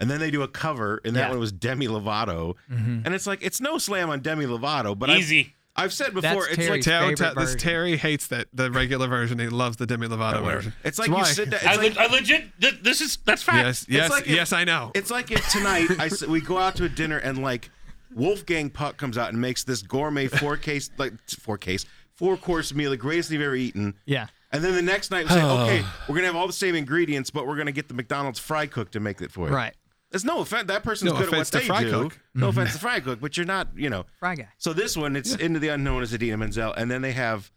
C: And then they do a cover, and that
E: Yeah.
C: one was Demi Lovato, and it's like it's no slam on Demi Lovato, but I've-
D: Easy.
C: I've, said before, it's
E: Terry's
C: like
A: Tao,
E: favorite
A: Tao- this
E: version.
A: Terry hates that the regular version. He loves the Demi Lovato version.
C: it's like
A: That's
C: you
A: why-
C: sit down. it's
D: I,
C: like-
D: le- I legit. Th- this is that's fact.
A: Yes, yes,
C: like if-
A: yes, I know.
C: It's like if tonight I s- we go out to a dinner and like Wolfgang Puck comes out and makes this gourmet four case like four case four course meal, the greatest they've ever eaten.
E: yeah.
C: And then the next night
A: Oh.
C: we say, okay, we're gonna have all the same ingredients, but we're gonna get the McDonald's fry cook to make it for you.
E: Right.
C: It's no offense. That person's
A: No
C: good at
A: offense
C: what
A: to
C: they
A: fry
C: do.
A: cook.
C: No
E: Mm-hmm.
C: offense to fry cook, but you're not, you know.
E: Fry guy.
C: So this one, it's into the unknown as Adina Menzel, and then they have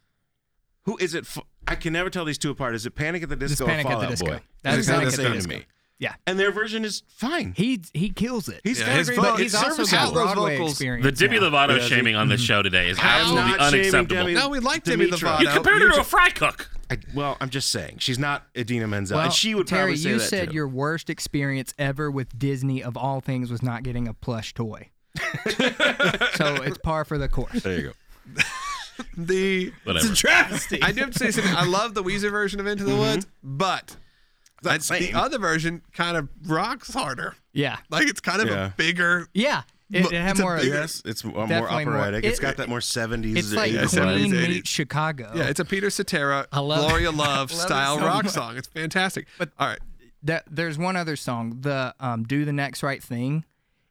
C: who is it? f- I can never tell these two apart. Is it Panic at the
E: Just
C: Disco? or
E: Panic at the
C: Fallout
E: Disco.
C: Boy?
E: That
A: It's
E: is
A: not
E: Panic
A: the
E: at the
A: same to
E: Disco.
C: me.
E: Yeah.
C: And their version is fine.
E: He he kills it.
C: He's
A: Yeah,
C: got
A: his
C: a great
A: vo-
E: but
A: it's
E: he's also
A: serviceable.
E: got Broadway
A: vocals.
E: experience.
D: The Demi
E: now.
D: Lovato shaming on this show today is absolutely
C: not shaming
D: unacceptable.
C: Demi-
A: no, we like Demi
C: Dimitri.
A: Lovato.
D: you compared
A: You
D: her to a
A: just-
D: fry cook.
C: I, well, I'm just saying she's not Adina Menzel,
E: Well,
C: and she would
E: Terry,
C: probably say
E: you
C: that
E: said
C: too.
E: your worst experience ever with Disney of all things was not getting a plush
C: <laughs>
E: toy. so it's par for the course.
C: There you go.
A: the.
D: Whatever.
F: Travesty.
A: I do have to say something. I love the Weezer version of Into the Woods, but I- the
C: same.
A: other version kind of rocks harder.
E: Yeah.
A: Like it's kind of
C: Yeah.
A: a bigger.
E: Yeah. It,
A: Look,
E: it had
A: it's a
E: more.
A: big-
C: Yes, it's uh, more
E: Definitely more.
C: operatic. it's
E: It-
C: got that more 70s.
E: It's like
A: Yeah,
C: vibe.
E: Queen
A: 70s, 80s.
E: meets Chicago.
A: Yeah, it's a Peter Cetera,
E: I love it.
A: Gloria Love
E: I love it
A: style
E: so
A: rock
E: much.
A: song. It's fantastic. But all right,
E: That- there's one other song. The um, "Do the Next Right Thing"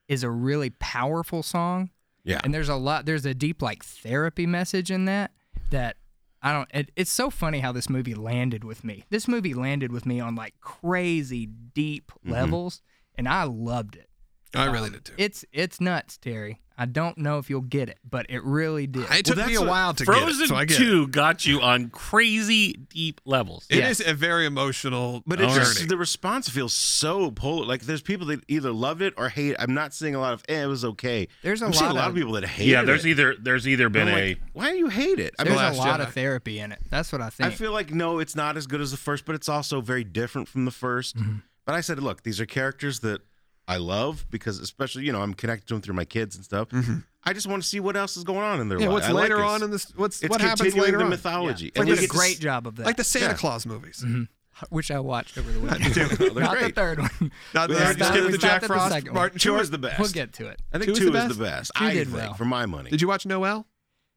E: is a really powerful song.
C: Yeah.
E: And there's a lot. There's a deep like therapy message in that. That I don't. It, it's so funny how this movie landed with me. This movie landed with me on like crazy deep levels, and I loved it.
A: I really did too.
E: It's it's nuts, Terry. I don't know if you'll get it, but it really did.
A: it took me a
C: that's a-
A: while to
D: Frozen
A: get it, so I get it.
D: Two got you on crazy deep levels.
A: It
E: Yes.
A: is a very emotional
C: But
A: but
C: it's
A: journey.
C: just the response feels so polar. Like there's people that either loved it or hate. it. I'm not seeing a lot of. Eh, it was okay.
E: There's a
C: I'm seeing
E: lot
C: a lot of,
E: of-
C: people that hate.
D: yeah, there's
C: it.
D: either there's either been
C: I'm
D: a
C: like, why do you hate it? I
E: There's
A: Last
E: a lot
A: Jedi.
E: of therapy in it. That's what I
C: I
E: think.
C: feel like no, it's not as good as the first, but it's also very different from the 1st But I said, look, these are characters that I love because, especially, you know, I'm connected to them through my kids and stuff. I just want to see what else is going on in their
A: yeah,
C: life.
A: what's
C: I like
A: later
C: this.
A: on in this? What's
C: It's
A: what happens
C: continuing
A: later
C: the
A: on?
C: mythology.
E: They
C: And
E: did
C: we
E: a
C: get to
E: great
C: s-
E: job of that,
A: Like the Santa
C: Yeah.
A: Claus movies.
E: which I watched over the weekend.
C: They're
E: Not the
C: great.
E: third one.
A: Not
E: We <laughs>
A: the-
E: stopped-
A: just give
E: we
A: it the
E: stopped
A: Jack
E: at the
A: Frost.
E: second one.
A: Martin,
C: Two
A: sure.
C: is the best.
E: We'll get to it.
C: I
A: Two
C: think
A: is
C: two
A: the
C: is
A: best?
C: the best.
E: Two
C: I
E: did
C: think
E: well.
C: for my money.
A: Did you watch Noel?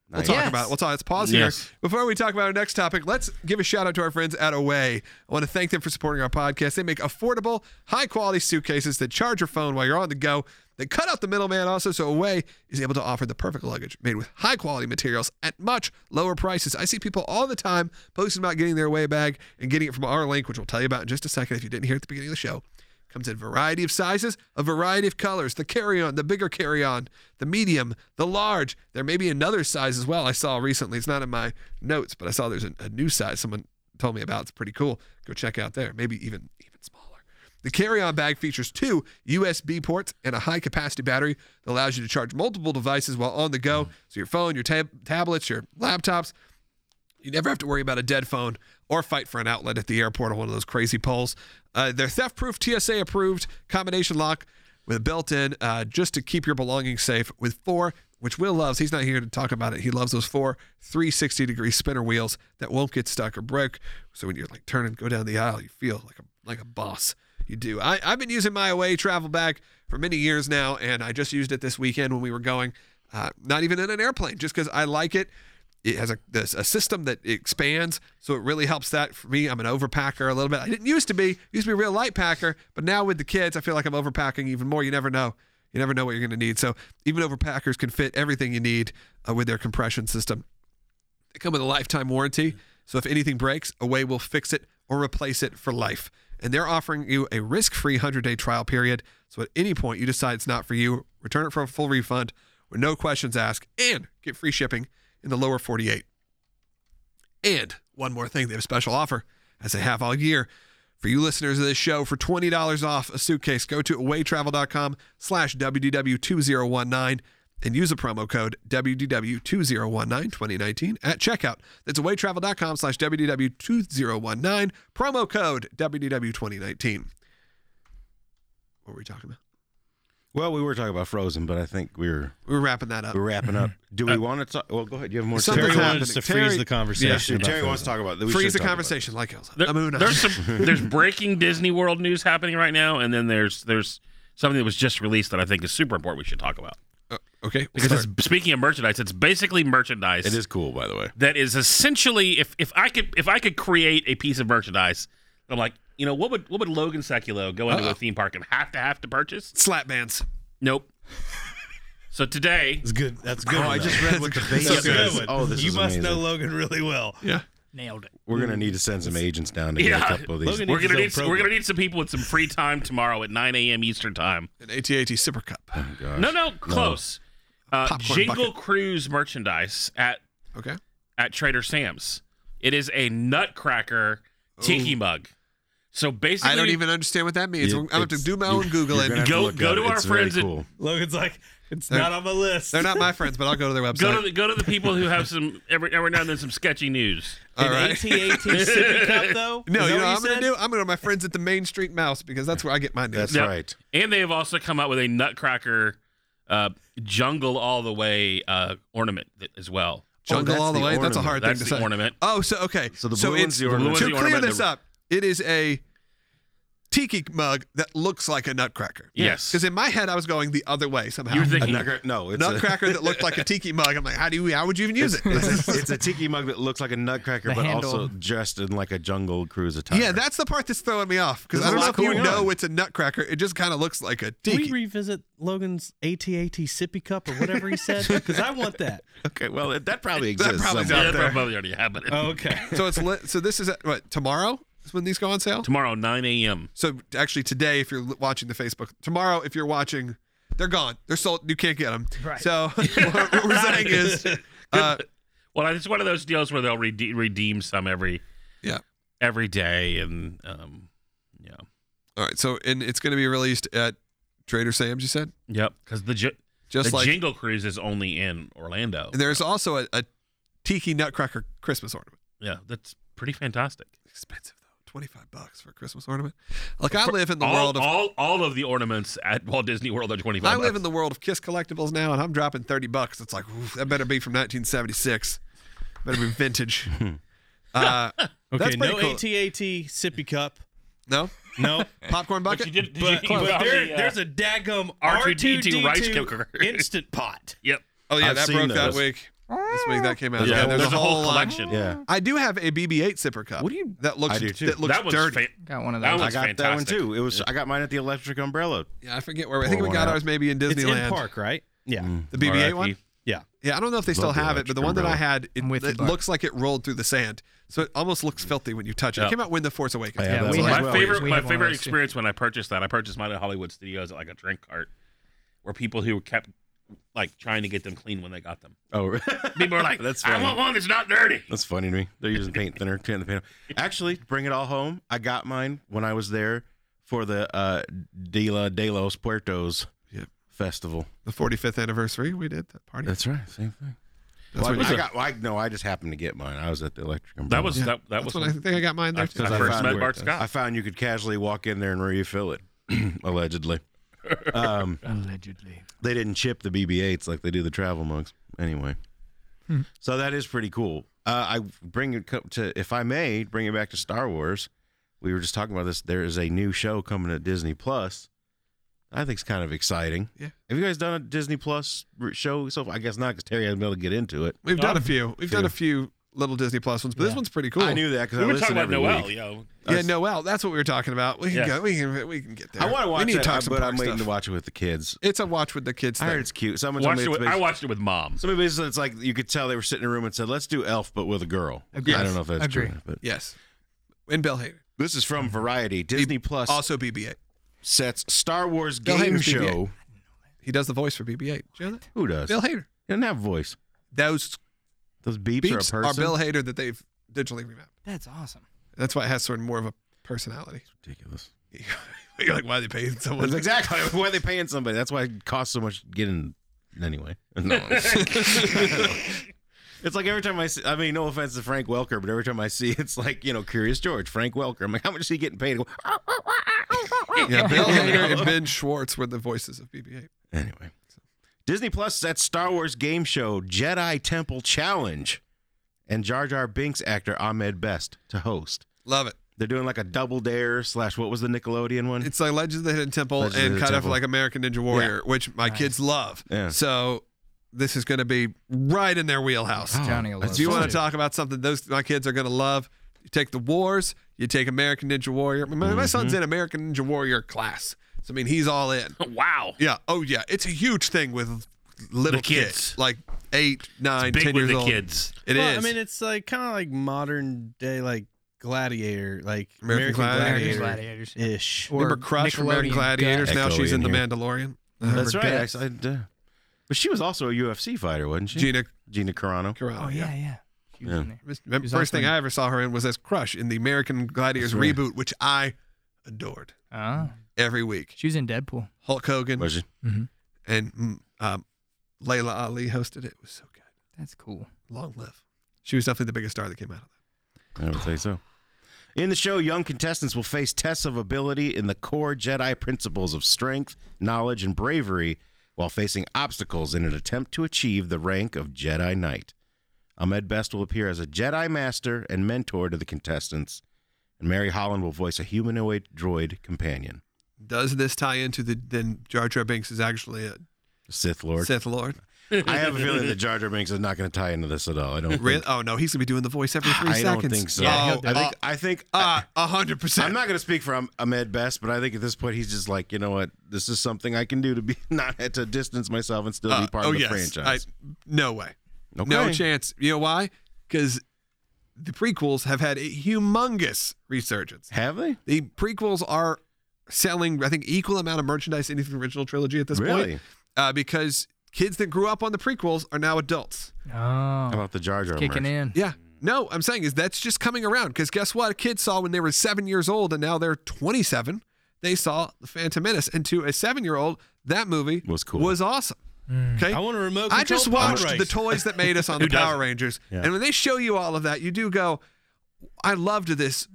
A: We'll
C: Nice.
A: talk
E: Yes.
A: about it. Let's, let's pause
D: Yes.
A: here. Before we talk about our next topic, let's give a shout out to our friends at Away. I want to thank them for supporting our podcast. They make affordable, high quality suitcases that charge your phone while you're on the go. They cut out the middleman also, so Away is able to offer the perfect luggage made with high quality materials at much lower prices. I see people all the time posting about getting their Away bag and getting it from our link, which we'll tell you about in just a second if you didn't hear it at the beginning of the show. Comes in a variety of sizes, a variety of colors. The carry on, the bigger carry on, the medium, the large. There may be another size as well. I saw recently. It's not in my notes, but I saw there's a, a new size someone told me about. It's pretty cool. Go check out there. Maybe even even smaller. The carry on bag features two USB ports and a high capacity battery that allows you to charge multiple devices while on the go. So your phone, your tab- tablets, your laptops. You never have to worry about a dead phone or fight for an outlet at the airport on one of those crazy poles. Uh, they're theft proof, TSA approved combination lock with a built in uh, just to keep your belongings safe with four, which Will loves. He's not here to talk about it. He loves those four 360 degree spinner wheels that won't get stuck or break. So when you're like turning, go down the aisle, you feel like a, like a boss. You do. I, I've been using my away travel bag for many years now, and I just used it this weekend when we were going, uh, not even in an airplane, just because I like it it has a, this, a system that expands, so it really helps that for me. I'm an overpacker a little bit. I didn't used to be, I used to be a real light packer, but now with the kids, I feel like I'm overpacking even more. You never know. You never know what you're going to need. So even overpackers can fit everything you need uh, with their compression system. They come with a lifetime warranty. So if anything breaks, Away will fix it or replace it for life. And they're offering you a risk free 100 day trial period. So at any point you decide it's not for you, return it for a full refund with no questions asked and get free shipping in the lower 48. And one more thing, they have a special offer, as they have all year. For you listeners of this show, for $20 off a suitcase, go to awaytravel.com slash WDW2019 and use the promo code WDW20192019 at checkout. That's awaytravel.com slash WDW2019, promo code WDW2019. What were we talking about?
C: Well, we were talking about Frozen, but I think we were
A: We were wrapping that up.
C: we're wrapping up. Do we want to talk? Well, go ahead. You have more.
A: Something
C: Terry,
F: Terry
A: happened.
C: wants,
F: wants to
A: Terry-
F: freeze the conversation. about
C: Terry wants to
F: Frozen.
C: talk about. that we should
A: Freeze the
C: talk about.
A: conversation like Elsa.
D: There-
A: I'm Una. <laughs>
D: there's some there's breaking Disney World news happening right now, and then there's there's something that was just released that I think is super important. We should talk about
A: Uh, okay. we'll
D: because
A: start.
D: it's, speaking of merchandise, it's basically merchandise
C: It is cool, by the way.
D: that is essentially if if I could if I could create a piece of merchandise, I'm like you know what would what would Logan Seculo go into
A: Uh-oh.
D: a theme park and have to have to purchase?
A: slap bands.
D: Nope. so today
F: It's good. That's good.
C: Oh, I just read
A: <laughs>
C: what the base
A: That's a good
C: says. Oh, this
F: you
C: is
F: must
C: amazing.
F: know Logan really well.
A: Yeah.
E: Nailed it.
C: We're gonna need to send some agents down to get
D: Yeah.
C: a couple of these.
F: Logan
D: we're
F: needs
D: gonna
F: his own
D: need some, we're
F: program.
D: gonna need some people with some free time tomorrow at 9 a.m. Eastern time.
A: An ATAT sipper
C: <laughs>
A: cup.
C: Gosh.
D: No, no, close. Uh,
A: Popcorn
D: Jingle Cruise merchandise at
A: Okay.
D: at Trader Sam's. It is a Nutcracker tiki mug. So basically,
A: I don't even understand what that means.
C: You-
A: I'm gonna have to
C: it's-
A: do my
C: you-
A: own Google
C: you're gonna have
A: it.
D: Go-
C: look
D: go
C: up.
D: to our
C: It's very
D: friends at-
C: cool.
F: Logan's like, it's not on my
A: <laughs>
F: list.
A: They're not my friends, but I'll go to their website.
D: go to the, go to the people who have some every every now and then some sketchy news.
A: All right.
F: AT-AT sipping <laughs> cup though.
A: no,
F: Is that
A: you know what
F: what
A: I'm gonna do? I'm gonna go to my friends at the Main Street Mouse because that's where I get my news.
C: That's
D: Yep.
C: right.
D: And they have also come out with a Nutcracker uh, jungle all the way uh, ornament th- as well.
A: Jungle
C: that's
A: all the
C: the
A: way. That's a
C: ornament.
A: hard
D: That's
A: thing
D: the
A: to say.
D: ornament.
A: Oh, so okay.
C: So the blue one's
A: it's
C: the ornament.
D: The
A: to
D: blue one's the
A: clear
D: ornament.
A: this
D: The-
A: up. It is a tiki mug that looks like a nutcracker.
D: Yes.
A: Because in my head, I was going the other way somehow.
D: You're
C: A
D: thinking
C: nutcracker? No,
A: a
C: it's a,
A: nutcracker that looked like a tiki mug. I'm like, how do you? How would you even use it?
C: <laughs> It's a, it's a tiki mug that looks like a nutcracker,
E: The
C: but
E: handle.
C: also dressed in like a jungle cruise attire.
A: yeah, that's the part that's throwing me off because
C: There's
A: I
C: a
A: don't know
C: lot
A: if you
C: going
A: know
C: on.
A: it's a nutcracker. It just kind of looks like a
F: Can we
A: tiki.
F: revisit Logan's AT-AT sippy cup or whatever he <laughs> said? Because I want that.
C: okay. Well, it, that
D: <laughs>
C: probably
A: That
C: exists.
A: probably's out
C: somewhere.
D: yeah,
A: there. Oh.
D: probably already happened.
F: okay.
A: so it's lit, so this is at, what tomorrow is when these go on sale.
D: Tomorrow, 9 a.m.
A: So actually today, if you're l- watching the Facebook, tomorrow if you're watching They're gone. They're sold. You can't get them.
E: Right.
A: So <laughs>
C: <laughs>
A: what we're saying is, uh,
D: Well, it's one of those deals where they'll rede- redeem some every
A: Yeah.
D: every day, and um, yeah,
A: all right. So and it's going to be released at Trader Sam's. You said
D: yep. Because the ju-
A: just
D: the
A: like
D: Jingle Cruise is only in Orlando.
A: and there's also a, a tiki nutcracker Christmas ornament.
D: yeah, that's pretty fantastic.
A: Expensive though, twenty five bucks for a Christmas ornament. Like I live in the
D: all,
A: world of
D: all all of the ornaments at Walt Disney World are twenty five.
A: I live in the world of Kiss collectibles now, and I'm dropping thirty bucks. It's like oof, that better be from 1976. Better be vintage. uh,
F: Okay,
A: That's pretty
F: no
A: cool.
F: ATAT sippy cup.
A: no
F: No.
A: popcorn
D: But
A: bucket.
D: you did, did
F: But,
D: you hear
F: but
D: about
F: there,
D: the, uh,
F: there's a daggum
D: R2D2
F: R2D2
D: rice cooker.
F: <laughs> instant pot.
D: yep.
A: oh yeah,
C: I've
A: that
C: seen
A: broke that
C: those.
A: week. This week that came out.
C: There's a
A: Yeah,
C: whole-
A: there's, a whole, line.
D: collection.
C: Yeah.
A: I do have a BB-8 zipper cup. What do you? That looks
C: I do, too.
A: that looks
D: that one's
A: dirty.
D: fan-
E: Got one of
D: That
E: those.
C: I
D: one's
C: got that one
D: fantastic.
C: too. It was I got mine at the Electric Umbrella.
A: yeah, I forget where. I think we
C: one
A: got
C: out.
A: ours maybe in
F: It's
A: Disneyland.
F: in park, right? Yeah.
A: The BB-8 one.
D: RIP.
F: Yeah.
A: Yeah, I don't know if they still
C: Love the
A: have it, but the one
C: electric
A: that I
C: umbrella.
A: had, it,
E: I'm with you,
A: it
E: Buck.
A: looks like it rolled through the sand, so it almost looks filthy when you touch it. It
D: Yeah.
A: came out when the Force Awakens.
C: Yeah,
A: came out.
C: that
E: we
C: one
E: had-
C: as
D: my
C: well.
D: favorite,
E: we
D: my
E: had one of
D: favorite
E: those, too.
D: experience when I purchased that, I purchased mine at Hollywood Studios at like a drink cart, where people who kept like trying to get them clean when they got them.
C: Oh,
D: People were like,
C: That's
D: "I
C: funny.
D: want one that's not dirty."
C: <laughs> That's funny to me. They're using paint thinner, paint the paint. Actually, bring it all home. I got mine when I was there for the uh, De La De Los Puertos
A: Yep.
C: festival.
A: The 45th anniversary, we did that party.
C: right, same thing.
A: That's
C: well,
A: when-
C: I, I got. well, I, no, I just happened to get mine. I was at the Electric Umbrella.
D: That was that, that
A: That's
D: was
A: when I think I got mine there.
D: I-
A: too.
D: I
C: I
D: first
C: found
D: met
C: where
D: Bart
C: it
D: Scott.
C: I found you could casually walk in there and refill it, <clears throat> allegedly. Um,
E: Allegedly.
C: they didn't chip the BB-8s like they do the travel mugs. Anyway, so that is pretty cool. Uh, I bring it co- to, if I may, bring it back to Star Wars. We were just talking about this. There is a new show coming at Disney Plus. I think it's kind of exciting.
A: Yeah.
C: Have you guys done a Disney Plus r- show? So far? I guess not, because Terry hasn't been able to get into it.
A: We've done a few. We've done a few little Disney Plus ones, but this one's pretty cool.
C: I knew that because
D: we
C: I
D: were
C: listen
D: talking about
C: every
D: Noel,
C: week.
D: yo.
A: yeah, Noel. That's what we were talking about. We can
D: Yeah.
A: go. We can. We can get there.
C: I want to watch
A: We need
C: it,
A: to talk some
C: but
A: park
C: I'm waiting
A: stuff.
C: to watch it with the kids.
A: It's a watch with the kids
C: I
A: thing.
C: heard it's cute. Someone told
D: Watched
C: me
D: it
C: it's
D: with, I
C: based-
D: watched it with mom.
C: Somebody basically, it's like you could tell they were sitting in a room and said, "Let's do Elf, but with a girl."
E: Agree.
C: I don't know if that's
E: Agree.
C: true, but
A: yes. And Bill Hader.
C: this is from Variety. Disney Plus
A: Also BB-8.
C: sets Star Wars
A: Bill
C: game
A: Hader's
C: show.
A: He does the voice for BB-8. Do you know that?
C: Who does?
A: Bill Hader.
C: He doesn't have voice.
A: Those
C: Those beeps, are a
A: beeps
C: person.
A: are, Bill Hader that they've digitally remapped.
E: That's awesome.
A: That's why it has sort of more of a personality. <laughs>
C: Ridiculous.
A: You're like, why are they paying someone?
C: That's exactly <laughs> why are they paying somebody. That's why it costs so much getting. Anyway, <laughs> no. <laughs> It's like every time I see, I mean, no offense to Frank Welker, but every time I see, it's like, you know, Curious George, Frank Welker. I'm like, how much is he getting paid? <laughs>
A: Yeah, Bill Hader <laughs> and Ben Schwartz were the voices of BB-8.
C: Anyway, Disney Plus that Star Wars game show Jedi Temple Challenge, and Jar Jar Binks actor Ahmed Best to host.
A: Love it.
C: They're doing like a double dare slash what was the Nickelodeon one?
A: It's like Legends of the Hidden Temple
C: Legends of
A: and
C: the
A: kind
C: Temple.
A: of like American Ninja Warrior, which my kids love.
C: Yeah.
A: So this is going to be right in their wheelhouse.
E: Johnny will
C: that's
A: Do you
E: love
A: want
E: it.
A: to talk about something those my kids are going to love? You take the wars, you take American Ninja Warrior. My,
C: Mm-hmm.
A: my son's in American Ninja Warrior class. So, I mean, he's all in.
D: Wow.
A: Yeah. Oh, yeah. It's a huge thing with little
D: The kids.
A: Like eight, nine,
D: Big
A: ten
D: with
A: years
D: the
A: old.
D: kids.
A: It
F: well,
A: is.
F: I mean, it's like kind of like modern day, like gladiator, like
A: American
F: American,
A: Gladiator.
F: gladiator,
E: Gladiators.
F: ish.
E: Or
A: Remember Crush from American
E: Nickelodeon
A: Gladiators?
E: Guts.
A: Now she's in The
C: Echoing here.
A: Mandalorian.
C: That's
E: Remember
C: right.
E: Guts?
C: actually, I- uh, but she was also a UFC fighter, wasn't she?
A: Gina
C: Gina Carano.
A: Carano.
E: Oh, yeah, yeah. She was
C: Yeah.
E: in there.
A: Mis- mem-
E: She's
A: First
E: also
A: thing
E: in-
A: I ever saw her in was as Crush in the American Gladiators
C: That's right.
A: reboot, which I adored
E: Ah,
A: every week.
E: she was in Deadpool.
A: Hulk Hogan
C: Was she?
A: and mm, um, Layla Ali hosted it. It was so good.
E: That's cool.
A: Long live. She was definitely the biggest star that came out of that.
C: I would say so. In the show, young contestants will face tests of ability in the core Jedi principles of strength, knowledge, and bravery while facing obstacles in an attempt to achieve the rank of Jedi Knight. Ahmed Best will appear as a Jedi Master and mentor to the contestants, and Mary Holland will voice a humanoid droid companion,
A: Does this tie into the then Jar Jar Binks is actually a
C: the Sith Lord.
A: Sith Lord?
C: I have a feeling that Jar Jar Binks is not going to tie into this at all. I don't.
A: Really?
C: Think,
A: Oh no, he's gonna be doing the voice every three
C: I
A: seconds.
C: don't think so.
E: Yeah, he'll do
C: I
E: it.
C: think. I think.
A: Ah, a hundred
C: I'm
A: percent.
C: not going to speak for Am- Ahmed Best, but I think at this point he's just like, you know what? This is something I can do to be <laughs> not to distance myself and still
A: Uh,
C: be part
A: oh
C: of the
A: yes.
C: franchise.
A: I- no way.
C: okay.
A: No chance. You know why? Because the prequels have had a humongous resurgence.
C: Have they?
A: The prequels are selling, I think, equal amount of merchandise into the original trilogy at this
C: Really?
A: point uh, because kids that grew up on the prequels are now adults.
E: Oh,
C: How about the Jar Jar?
E: kicking
C: merch?
E: in.
A: Yeah. No, I'm saying is that's just coming around because guess what? A kid saw when they were seven years old and now they're 27. They saw The Phantom Menace. And to a seven year old, that movie
C: Was cool.
A: Was awesome. Okay.
F: I want a remote
A: I
F: control
A: just
F: pod
A: watched
F: race.
A: the toys that made us on the Power Rangers. And when they show you all of that, you do go, I loved this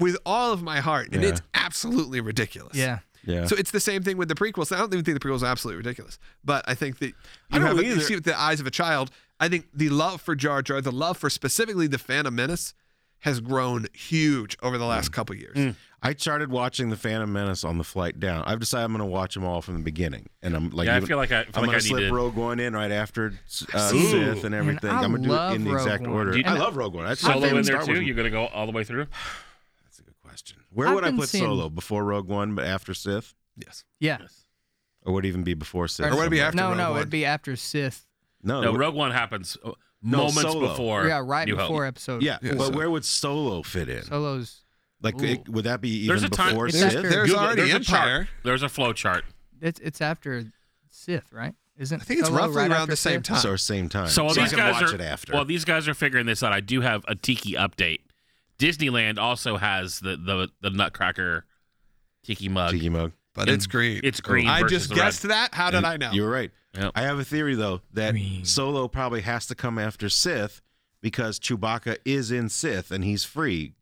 A: with all of my heart. And it's absolutely ridiculous.
E: Yeah.
C: Yeah.
A: So it's the same thing with the prequels. I don't even think the prequels are absolutely ridiculous, but I think that you,
C: don't
A: have a, you
C: either.
A: see it with the eyes of a child. I think the love for Jar Jar, the love for specifically the Phantom Menace, has grown huge over the last couple years.
C: I started watching The Phantom Menace on the flight down. I've decided I'm going to watch them all from the beginning, and I'm like,
D: Yeah, I
C: even-
D: feel like I- I feel
C: I'm
D: like I
C: going
D: need
C: to slip
D: to-
C: Rogue One in right after uh,
D: Ooh.
C: Sith and everything.
E: I
C: I'm going to do
E: love
C: it in the
E: Rogue
C: exact
E: One.
C: order.
D: Do you-
C: I love Rogue One. That's my
D: Solo in
C: favorite
D: there
C: Star
D: too.
C: Wars
D: You're gonna go all the way through.
C: That's a good question. Where
E: I've
C: would I
E: been
C: put
E: seeing-
C: Solo? Before Rogue One, but after Sith,
A: Yes.
E: Yeah.
C: or would it even be before Sith?
A: Or would it be
C: somewhere?
A: after
E: no,
A: Rogue
E: no,
A: One?
E: it'd be after Sith.
C: No,
D: No,
C: wh-
D: Rogue One happens uh,
C: No,
D: moments
C: Solo.
D: before.
E: yeah, right
D: New Hope.
E: before episode.
C: Yeah,
A: Yeah,
C: but
A: so-
C: where would Solo fit in?
E: Solos.
C: like, it, would that be even
D: There's a time-
C: before
E: It's
C: Sith?
E: after-
A: There's
D: Google it.
A: already
D: There's a
A: Empire.
D: chart. There's a flow chart.
E: It's it's after Sith, right? Isn't
A: I think it's
E: Solo
A: roughly
E: right
A: around
E: after
A: the same
E: Sith?
A: time.
C: So same time.
D: So while
C: I
D: these
C: can
D: guys
C: watch
D: are
C: it after.
D: well, these guys are figuring this out. I do have a tiki update. Disneyland also has the the, the Nutcracker tiki mug.
C: Tiki mug.
A: but it's green.
D: It's green.
A: I
D: versus
A: just
D: the red.
A: guessed that. How did I know?
C: You were right.
D: Yep.
C: I have a theory though that Solo probably has to come after Sith because Chewbacca is in Sith and he's free.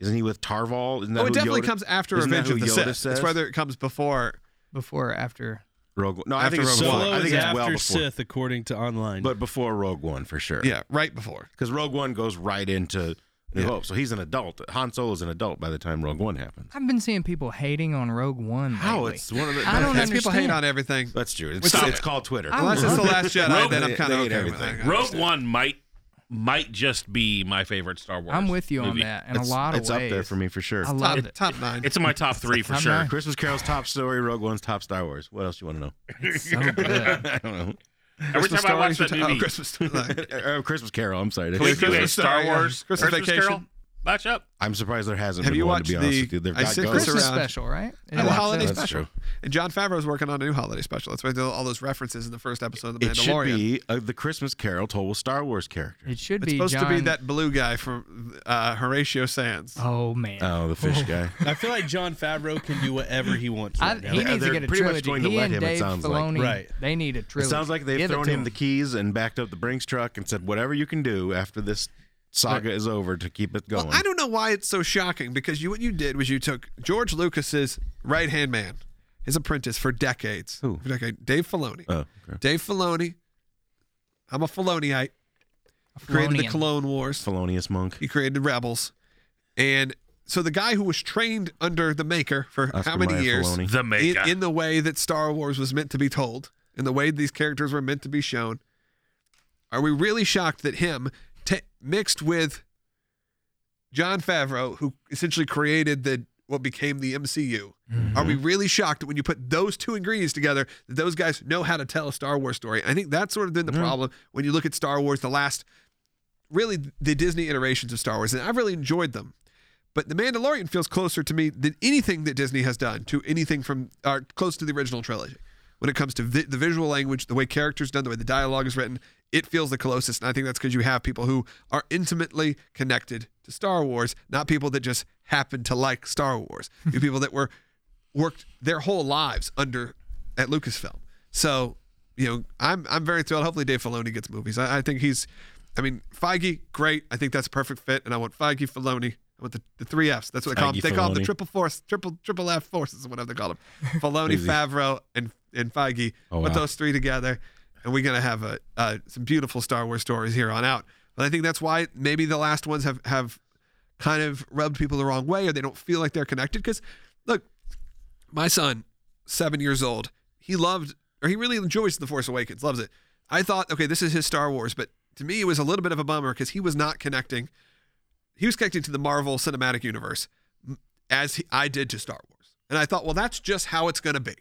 C: Isn't he with Tarval? Isn't that
A: Oh,
C: who
A: it definitely
C: Yoda-
A: comes after
C: isn't that
A: Revenge of
C: who
A: the
C: Yoda
A: Sith.
C: says?
A: It's whether it comes before.
E: Before or after.
C: Rogue One. No, I
A: After
C: think it's
A: Rogue
C: Solo.
A: One.
F: Solo
C: I think
F: is
C: it's
F: after
C: well before,
F: Sith, according to online.
C: but before Rogue One for sure.
A: Yeah, right before.
C: because Rogue One goes right into New
A: Yeah.
C: Hope, so he's an adult. Han Solo's an adult by the time Rogue One happens.
E: I've been seeing people hating on Rogue One.
C: How
E: lately.
C: it's one of the
E: I don't
A: As people hate
E: understand.
A: on everything.
C: That's true. It's,
A: Stop
C: it's
A: it.
C: called Twitter.
A: Unless it's the Last Jedi,
D: Rogue-
A: then I'm kind
C: They
A: of
C: hate
A: okay
C: everything.
A: with it.
D: Rogue One might might just be my favorite Star Wars.
E: I'm with you on
D: movie.
E: that in
C: it's
E: a lot of
C: it's up
E: ways.
C: there for me for sure.
E: I love
A: Top,
E: it.
A: top nine.
D: It's in my top three for
E: I'm
D: sure.
E: not-
C: Christmas Carol's top story, Rogue One's top Star Wars. What else you want to know? <laughs>
E: It's so good.
C: I don't know.
D: Every time I watch that movie,
A: Oh, Christmas story.
C: <laughs> Uh, Christmas Carol. I'm sorry.
D: we do a
A: Christmas
D: Star
A: Story, yeah.
D: Wars
A: Christmas
D: Christmas,
A: Vacation.
D: Carol match up.
C: I'm surprised there hasn't
A: Have
C: been
A: you
C: one. To be
A: watched
C: honest
A: the-
C: with you, They've
A: I
C: got
A: said
C: ghosts.
A: Christmas
E: Christmas
A: around.
E: special, right?
A: Oh, the holiday
C: That's
A: special.
C: true.
A: And John Favreau's working on a new holiday special. That's why they did all those references in the first episode of The
C: It should
A: Mandalorian.
C: be uh, the Christmas Carol told with Star Wars characters.
E: It should
A: it's
E: be
A: supposed
E: John...
A: to be that blue guy from uh, Horatio Sands.
E: Oh man.
C: Oh, the
E: <laughs>
C: fish guy.
F: I feel like John Favreau can do whatever he wants.
E: I,
F: Right now.
E: he needs to
C: they're
E: get a
C: pretty much
E: trilogy.
C: going to
E: he
C: let
E: and
C: him, it
E: Dave
C: sounds like.
E: Filoni,
F: Right.
E: they need a
C: It
E: trilogy.
C: sounds like they've
E: Give it
C: thrown
E: to
C: him the keys and backed up the Brinks truck and said, "Whatever you can do after this saga is over to keep it going."
A: Well, I don't know why it's so shocking because you what you did was you took George Lucas's right hand man, his apprentice for decades.
C: Who?
A: For decade, Dave Filoni.
C: Oh, okay.
A: Dave Filoni. I'm a Filoniite. Created the
E: Filonian.
A: Clone Wars.
C: Felonious monk.
A: He created Rebels. And so the guy who was trained under the maker for
C: Oscar
A: how many
C: Mayer
A: years
C: Filoni.
D: The
A: in,
D: Mega.
A: in the way that Star Wars was meant to be told and the way these characters were meant to be shown, are we really shocked that him ta mixed with John Favreau, who essentially created the what became the MCU? Are we really shocked that when you put those two ingredients together, that those guys know how to tell a Star Wars story? I think that's sort of been the problem when you look at Star Wars, the last really the Disney iterations of Star Wars, and I've really enjoyed them. But The Mandalorian feels closer to me than anything that Disney has done to anything from or close to the original trilogy. When it comes to vi- the visual language, the way characters done, the way the dialogue is written, it feels the closest. And I think that's because you have people who are intimately connected to Star Wars, not people that just happen to like Star Wars. You people that were worked their whole lives under at Lucasfilm. So, you know, I'm I'm very thrilled. Hopefully, Dave Filoni gets movies. I, I think he's, I mean, Feige, great. I think that's a perfect fit. And I want Feige, Filoni. I want the, the three Fs. That's what they call them.
C: Feige,
A: They call them the
C: Filoni.
A: triple force, triple triple F forces, is whatever they
C: <laughs>
A: call them. Filoni,
C: Crazy.
A: Favreau, and and Feige.
C: Oh,
A: Put
C: wow.
A: those three together, and we're gonna have a uh, some beautiful Star Wars stories here on out. But I think that's why maybe the last ones have have kind of rubbed people the wrong way, or they don't feel like they're connected. Because look, my son, seven years old, he loved or he really enjoys The Force Awakens, loves it. I thought, okay, this is his Star Wars, but to me, it was a little bit of a bummer because he was not connecting. He was connecting to the Marvel Cinematic Universe m- as he, I did to Star Wars. And I thought, well, that's just how it's going to be.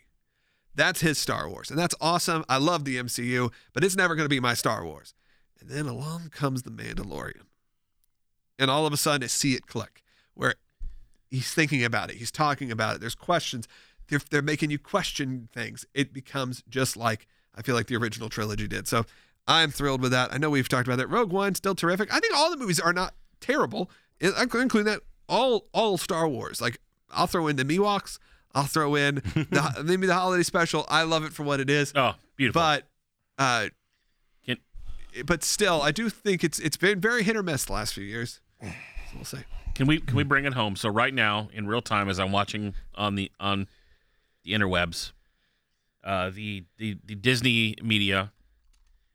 A: That's his Star Wars. And that's awesome. I love the MCU, but it's never going to be my Star Wars. And then along comes The Mandalorian. And all of a sudden, I see it click where he's thinking about it. He's talking about it. There's questions. They're, they're making you question things. It becomes just like I feel like the original trilogy did. So I'm thrilled with that. I know we've talked about that. Rogue One still terrific. I think all the movies are not terrible. I- I'm going to include that all all Star Wars. Like I'll throw in the Miwoks. I'll throw in the, maybe the holiday special. I love it for what it is.
D: Oh, beautiful.
A: But uh,
D: Can-
A: but still, I do think it's it's been very hit or miss the last few years. So we'll see.
D: Can we can we bring it home? So right now, in real time, as I'm watching on the on the interwebs, uh, the the, the Disney media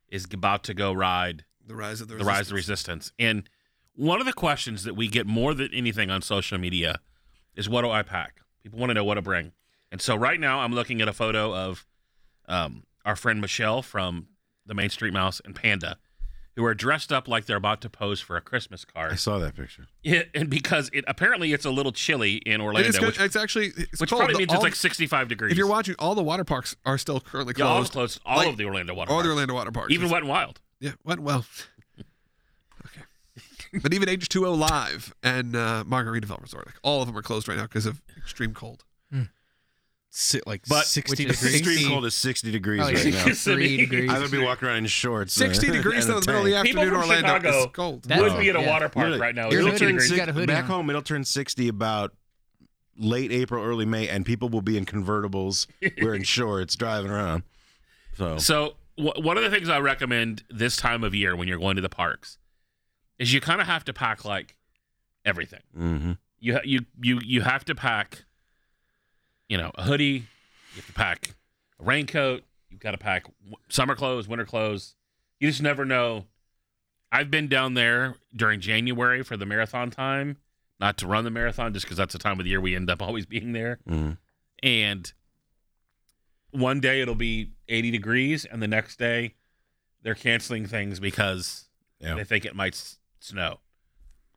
D: is about to go ride
A: The rise of the,
D: the rise of the resistance. And one of the questions that we get more than anything on social media is, "What do I pack?" People want to know what to bring. And so right now, I'm looking at a photo of um, our friend Michelle from the Main Street Mouse and Panda, who are dressed up like they're about to pose for a Christmas
C: I
D: card.
C: saw
A: <laughs>
C: that picture.
D: <laughs> Yeah, and because it apparently it's a little chilly in
A: It
D: Orlando,
A: is good.
D: which,
A: it's actually it's
D: which
A: cold.
D: probably
A: The-
D: means
A: all-
D: it's like 65 degrees.
A: if you're watching, all the water parks are still currently
D: yeah,
A: closed.
D: all closed, all
A: Like,
D: of the Orlando water,
A: all the
D: parks.
A: Orlando water parks,
D: even
A: It's-
D: Wet and Wild.
A: yeah, went well. Okay, but even H2O Live and uh, Margaritaville Resort, like all of them are closed right now because of extreme cold.
F: Si- like
D: But-
F: 60
E: Which is
F: degrees.
E: sixty-
C: Extreme cold is 60 degrees
E: Probably
C: right now. <laughs>
E: 63 Oh, degrees.
C: I would be walking around in shorts.
A: Oh, Sixty
C: <laughs> and a-
A: degrees
C: and a
A: though in the middle of the
C: tank.
D: People
A: afternoon,
D: from
A: Orlando
D: Chicago
A: is cold.
E: That's-
D: Would be at a
E: Oh, yeah.
D: water park
C: Really?
D: right now. It's
E: You're
C: It'll
E: literally-
D: 60
C: turn
E: He's
D: degrees.
C: six-
E: got a hoodie
C: back
E: on.
C: home, it'll turn 60 about late April, early May, and people will be
A: <laughs>
C: in convertibles wearing shorts driving around. So,
D: So w- one of the things I recommend this time of year when you're going to the parks is you kind of have to pack like everything.
C: mhm.
D: You ha- you you you have to pack, you know, a hoodie. You have to pack a raincoat. You've got to pack w- summer clothes, winter clothes. You just never know. I've been down there during January for the marathon time, not to run the marathon, just because that's the time of the year we end up <laughs> always being there.
C: Mhm.
D: And one day it'll be 80 degrees, and the next day they're canceling things because
C: Yeah.
D: they think it might s- snow.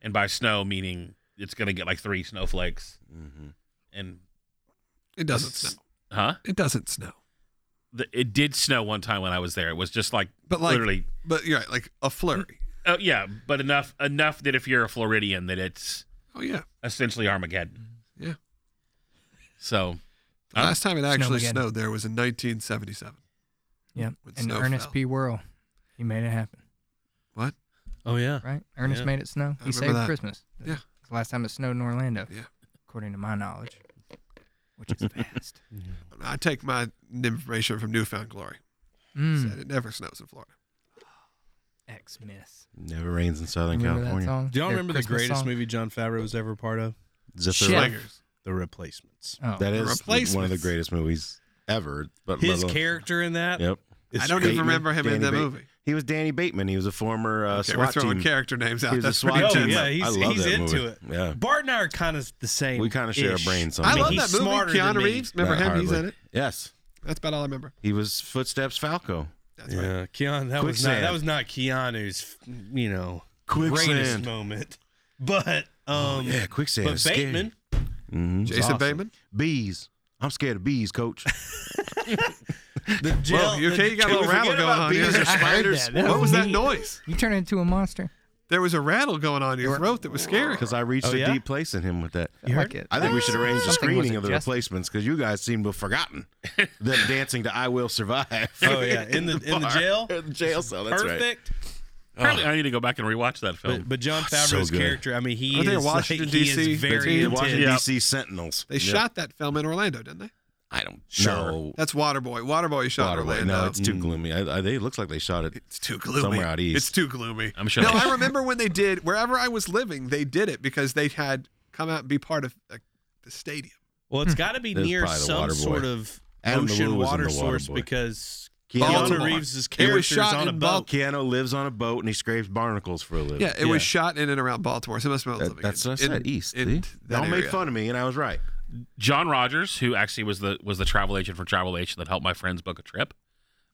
D: And by snow, meaning it's going to get like three snowflakes.
C: Mhm.
D: And,
A: It doesn't snow.
D: huh?
A: It doesn't snow.
D: The, it did snow one time when I was there. It was just like,
A: But like,
D: literally,
A: but you're right, like a flurry.
D: oh, yeah, but enough enough that if you're a Floridian, that it's
A: Oh yeah.
D: essentially Armageddon.
A: Yeah.
D: So,
A: The
D: Huh?
A: last time it actually
E: Snowmageddon.
A: snowed there was in 1977.
E: Yeah.
A: When
E: And
A: snow
E: Ernest
A: fell.
E: P. Worrell, he made it happen,
F: Oh, yeah.
E: right? Ernest
F: Yeah.
E: made it snow.
A: I
E: He
A: remember
E: saved
A: that.
E: Christmas. That's
A: Yeah.
E: The last time it snowed in Orlando.
A: Yeah.
E: According to my knowledge, which
C: <laughs>
E: is fast.
A: I take my information from Newfound Glory.
E: mm,
A: Said it never snows in Florida.
E: X miss.
C: never rains in Southern
E: Remember that
C: California.
E: song?
F: Do y'all
E: Their
F: remember the
E: Christmas
F: greatest
E: song?
F: movie John Favreau was ever a part of?
C: Zither
E: Chef.
C: Lake.
F: The Replacements.
E: Oh.
C: That is one of the
A: Replacements.
C: greatest movies ever. But
F: His
C: let alone-
F: character in that.
C: Yep.
A: I don't even
C: Bateman,
A: remember him in
C: Danny
A: that
C: Bate-
A: movie.
C: He was Danny Bateman. He was a former uh,
A: Okay, we're
C: SWAT
A: throwing
C: team.
A: character names out.
C: He was a
A: That's <laughs> pretty
C: SWAT
F: Oh,
C: team.
A: intense.
F: yeah,
C: I
F: he's-
C: love
F: he's
C: that
F: into
C: movie.
F: it.
C: Yeah.
F: Bart and I are kind of the same.
C: We kinda share a
F: ish.
C: brain sometimes.
A: I love
F: He's
A: that movie.
F: smarter than
A: Keanu
F: me.
A: Reeves. Remember
C: Not
A: him? He's
C: hardly.
A: in it.
C: Yes.
A: That's about all I remember.
C: He was Footsteps Falco.
A: That's right.
F: Yeah, Keanu. That was not
C: Quicksand.
F: that was not Keanu's, you know, greatest
C: Quicksand.
F: moment. But um,
C: Yeah, Quicksand.
F: but
C: is scary.
F: Bateman,
C: Mhm.
A: Jason Bateman.
C: Bees. I'm scared of bees, coach.
F: the jail.
A: Well, you okay? You got a little
C: Can
A: rattle
C: we forget
A: going
C: about
A: on <laughs>
C: bees
A: here.
C: or spiders?
E: that. That
A: What was that
E: neat.
A: noise?
E: You turn into a monster.
A: There was a rattle going on in your throat that was scary.
C: Because I reached
F: Oh,
C: a
F: yeah?
C: deep place in him with that.
E: You heard it.
C: I think we should arrange a
E: Something was
C: screening of the
E: adjusted.
C: replacements because you guys seem to have forgotten them dancing to "I Will Survive."
F: Oh, yeah. In the- in the
C: bar.
F: jail?
C: <laughs> in the jail cell. That's right.
F: perfect.
D: apparently, I need to go back and rewatch that film.
F: But, but John
C: <sighs> so
F: Favreau's
C: good.
F: character, I mean, he
A: Aren't they
F: is
A: Washington,
F: like, he is
A: DC?
F: very
A: They're
C: The
A: in
F: intense.
C: Washington
D: Yeah.
C: D.C. Sentinels.
A: They shot that film in Orlando, didn't they?
C: I don't
F: Sure.
C: know.
A: That's Waterboy. Waterboy shot in
C: Waterboy.
A: Orlando.
C: No, it's mm. too gloomy. I, I, they it looks like they shot it.
A: It's too gloomy.
C: Somewhere out east.
A: It's too gloomy.
D: I'm sure
A: No,
D: they-
A: I remember when they did wherever I was living, they did it because they had come out and be part of uh, the stadium.
F: Well, it's got to be
C: There's
F: near
C: probably the
F: some
C: water boy.
F: sort of
C: Adam DeLuca
F: ocean
C: was in
F: water
C: the water
F: source
C: boy.
F: because
A: Keanu
F: Keanu
A: Baltimore.
F: Reeves'
A: It
F: character
A: was
F: is
A: shot
F: on a
A: in
F: boat.
C: Keanu lives on a boat and he scrapes barnacles for a living.
A: Yeah, it
F: Yeah.
A: was shot in and around Baltimore. So it must have been
C: That-
A: living
C: that's
A: in,
C: what I said.
A: in-
C: East.
A: in
C: see?
A: that
C: Y'all made
A: area.
C: fun of me, and I was right.
D: John Rogers, who actually was the was the travel agent for Travel Agent that helped my friends book a trip,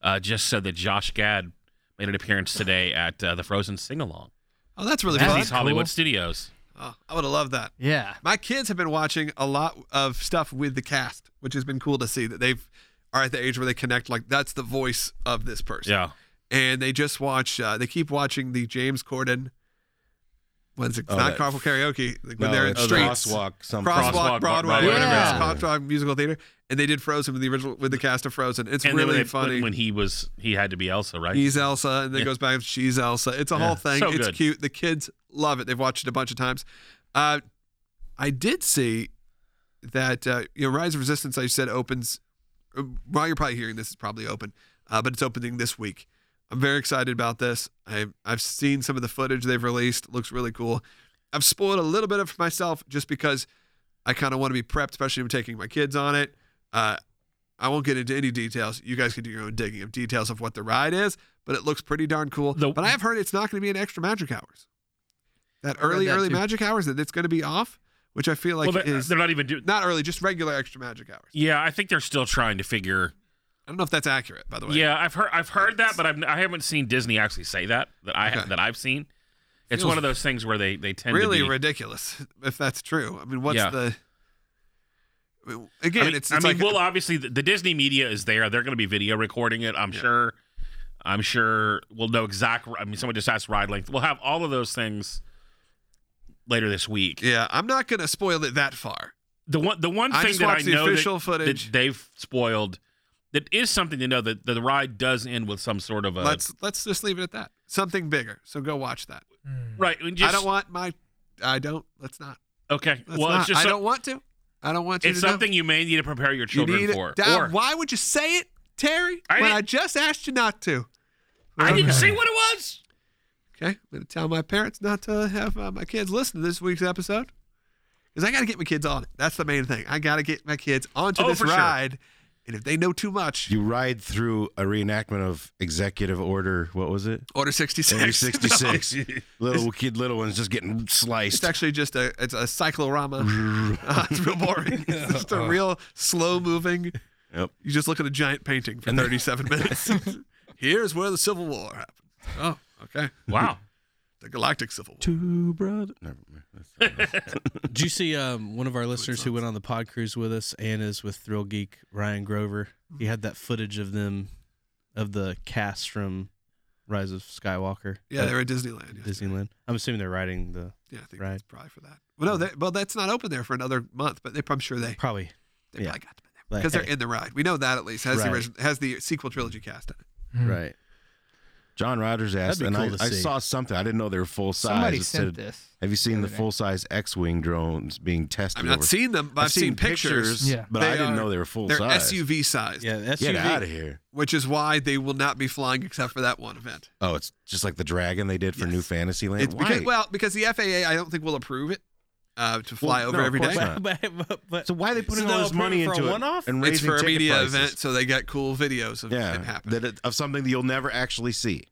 D: uh, just said that Josh Gad made an appearance today at uh, the Frozen Sing Along
A: Oh, that's really
D: at
A: fun.
D: East Hollywood
E: cool.
D: Studios.
A: Oh, I would have loved that.
E: Yeah.
A: My kids have been watching a lot of stuff with the cast, which has been cool to see that they've are at the age where they connect. Like that's the voice of this person.
D: Yeah,
A: and they just watch. Uh, they keep watching the James Corden What is it? It's
C: Oh,
A: not
C: that-
A: Carpool Karaoke. Like when
C: No,
A: they're in
C: it's
A: streets.
C: Crosswalk, something.
A: Crosswalk,
D: Crosswalk,
A: Broadway,
D: Broadway,
A: whatever
E: yeah.
A: it is, Crosswalk Musical Theater, and they did Frozen with the original with the cast of Frozen. It's
D: and
A: really
D: then when, they-
A: funny.
D: when- when he was he had to be Elsa, right?
A: He's uh, Elsa, and then it
D: Yeah.
A: goes back. She's Elsa. It's a
D: Yeah.
A: whole thing.
D: So
A: it's
D: good.
A: cute. The kids love it. They've watched it a bunch of times. Uh, I did see that uh, you know Rise of Resistance. I said opens. uh, While you're probably hearing this, it's probably open, uh, but it's opening this week. I'm very excited about this. I've I've seen some of the footage they've released. It looks really cool. I've spoiled a little bit of it for myself just because I kind of want to be prepped, especially if I'm taking my kids on it. Uh, I won't get into any details. You guys can do your own digging of details of what the ride is, but it looks pretty darn cool.
D: The-
A: but I have heard it's not going to be an extra magic hours. That
E: read
A: early,
E: that
A: early
E: too.
A: magic hours that it's going to be off, which I feel like
D: well, uh, they're,
A: is
D: they're not even doing.
A: not early, just regular extra magic hours.
D: Yeah, I think they're still trying to figure.
A: I don't know if that's accurate, by the way.
D: Yeah, I've heard I've heard that, but I've, I haven't seen Disney actually say that that I
A: Okay.
D: that I've seen. It's
A: Feels
D: one of those things where they they tend
A: really
D: to be,
A: ridiculous if that's true. I mean, what's
D: Yeah.
A: the I mean, again?
D: I mean,
A: it's,
D: I
A: it's
D: mean
A: like
D: well, obviously the, the Disney media is there. They're going to be video recording it. I'm sure. I'm sure we'll know exact. I mean, someone just asked ride length. We'll have all of those things later this week.
A: yeah. I'm not going to spoil it that far.
D: The one the one
A: I
D: thing
A: just
D: that I
A: watched the
D: know that-
A: official
D: that,
A: footage.
D: they've spoiled that is something to know that the ride does end with some sort of a
A: let's let's just leave it at that. Something bigger. So go watch that.
D: right. and just-
A: I don't want my. I don't. Let's not.
D: Okay.
A: Let's
D: well,
A: not.
D: it's just
A: I
D: some-
A: don't want to. I don't want you
D: it's
A: to know.
D: something you may need to prepare your
A: you
D: children
A: need.
D: for.
A: Dad,
D: Or-
A: why would you say it, Terry?
D: I
A: when
D: didn't-
A: I just asked you not to.
D: I didn't
E: Okay.
D: see what it was.
A: Okay, I'm gonna tell my parents not to have uh, my kids listen to this week's episode because I gotta get my kids on it. That's the main thing. I gotta get my kids onto
D: Oh,
A: this
D: for sure.
A: ride, and if they know too much,
C: You ride through a reenactment of Executive Order. What was
A: <laughs>
C: it?
A: order sixty
C: Order
A: six.
C: 66. little kid, little ones just
A: <laughs>
C: getting
A: It's
C: sliced.
A: actually just a it's a
C: <laughs>
A: cyclorama. Uh, it's real boring. It's just a real slow moving.
C: Uh-huh. Yep.
A: You just look at a giant painting for
C: And the-
A: thirty seven
C: <laughs>
A: minutes. Here's where the Civil War happened. Oh, okay.
D: Wow.
A: The Galactic Civil War.
C: Two brother. Never mind. That's-
F: <laughs> Did you see um, one of our listeners who went on the pod cruise with us and is with Thrill Geek Ryan Grover? He had that footage of them, of the cast from Rise of Skywalker.
A: Yeah,
F: at
A: they're at Disneyland. yes.
F: Disneyland. I'm assuming they're riding the
A: Yeah, I think
F: Right.
A: that's probably for that. Well, no, they, well, that's not open there for another month, but they, I'm sure they
F: probably
A: they
F: Yeah.
A: probably got them in there
F: Like,
A: because
F: hey.
A: they're in the ride. We know that at least has the
F: Right.
A: original, has the sequel trilogy cast in it.
F: right.
C: John Rogers asked,
F: be
C: and
F: cool
C: I,
F: to
C: I
F: see.
C: saw something. I didn't know they were full size.
E: Somebody
C: It
E: sent
C: said,
E: this.
C: Have you seen the
E: the other day.
C: full size X Wing drones being tested?
A: I've not
C: over-
A: seen them, but I've, seen, pictures.
E: Yeah.
C: but
A: They
C: I didn't
A: are-
C: know they were full
A: They're
C: size.
A: SUV sized,
F: Yeah, SUV.
C: Get out of here!
A: which is why they will not be flying except for that one event.
C: Oh, it's just like the dragon they did for New Fantasyland.
A: It's
C: Why?
A: because well, because the FAA I don't think will approve it uh, to fly
C: Well,
A: over
C: no, of
A: every
C: course
A: day.
C: not.
F: But, but, but, but
C: so why are they putting
F: they'll
C: all this
F: approve
C: money
F: it for a
C: into it
F: one-off?
C: and
A: It's
C: raising
A: for a
C: ticket
A: media
C: prices?
A: event, so they get cool videos of it happening.
C: that it, of something that you'll never actually see,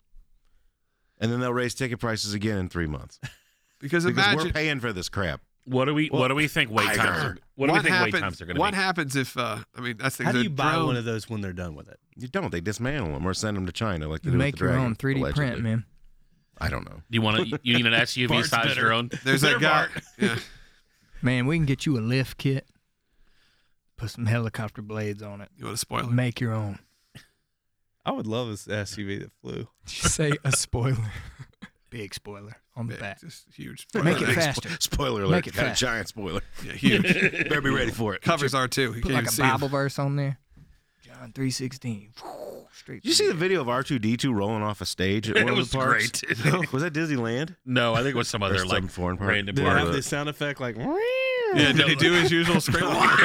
C: and then they'll raise ticket prices again in three months
A: because
C: because
A: imagine
C: we're paying for this crap.
D: What do we what do we think wait
C: I
D: times
C: heard.
D: are, what do we think wait
A: happens-
D: times are going to
A: What
D: be?
A: happens if uh, I mean that's the
F: How do
A: the
F: you buy
A: drone-
F: one of those when they're done with it?
C: You don't. They dismantle them or send them to China like they
E: You
C: do
E: make
C: with the
E: your
C: dragon,
E: own 3D print,
C: allegedly.
E: man.
C: I don't know.
D: Do you want to you need an SUV
F: Bart's
D: size
F: better.
D: drone?
F: <laughs>
A: There's that guy. Yeah.
E: Man, we can get you a lift kit. Put some helicopter blades on it.
A: You want to spoil it?
E: Make your own.
F: I would love this SUV that flew.
E: Did you say a spoiler? Big spoiler on the back.
A: Just huge.
E: Make it
A: spoiler.
E: faster.
C: <laughs> Spoiler alert!
E: Make it
C: got a
E: fast.
C: giant spoiler.
A: Yeah, huge.
C: Better be ready for it.
A: Covers are too. You
E: Put
A: can't even
E: like a
A: see 'em.
E: Bible verse on there. John three sixteen. Straight.
C: Did you see the video of R two D two rolling off a stage at
D: It
C: one
D: was
C: of the parks?
D: great.
C: No, <laughs> was that Disneyland?
D: No, I think it was some other
C: some
D: like
C: foreign part.
D: random
F: Did
C: Yeah.
F: it
D: part.
F: have this sound effect like? "Mm,
A: Yeah, did he do his usual straight <laughs> walk?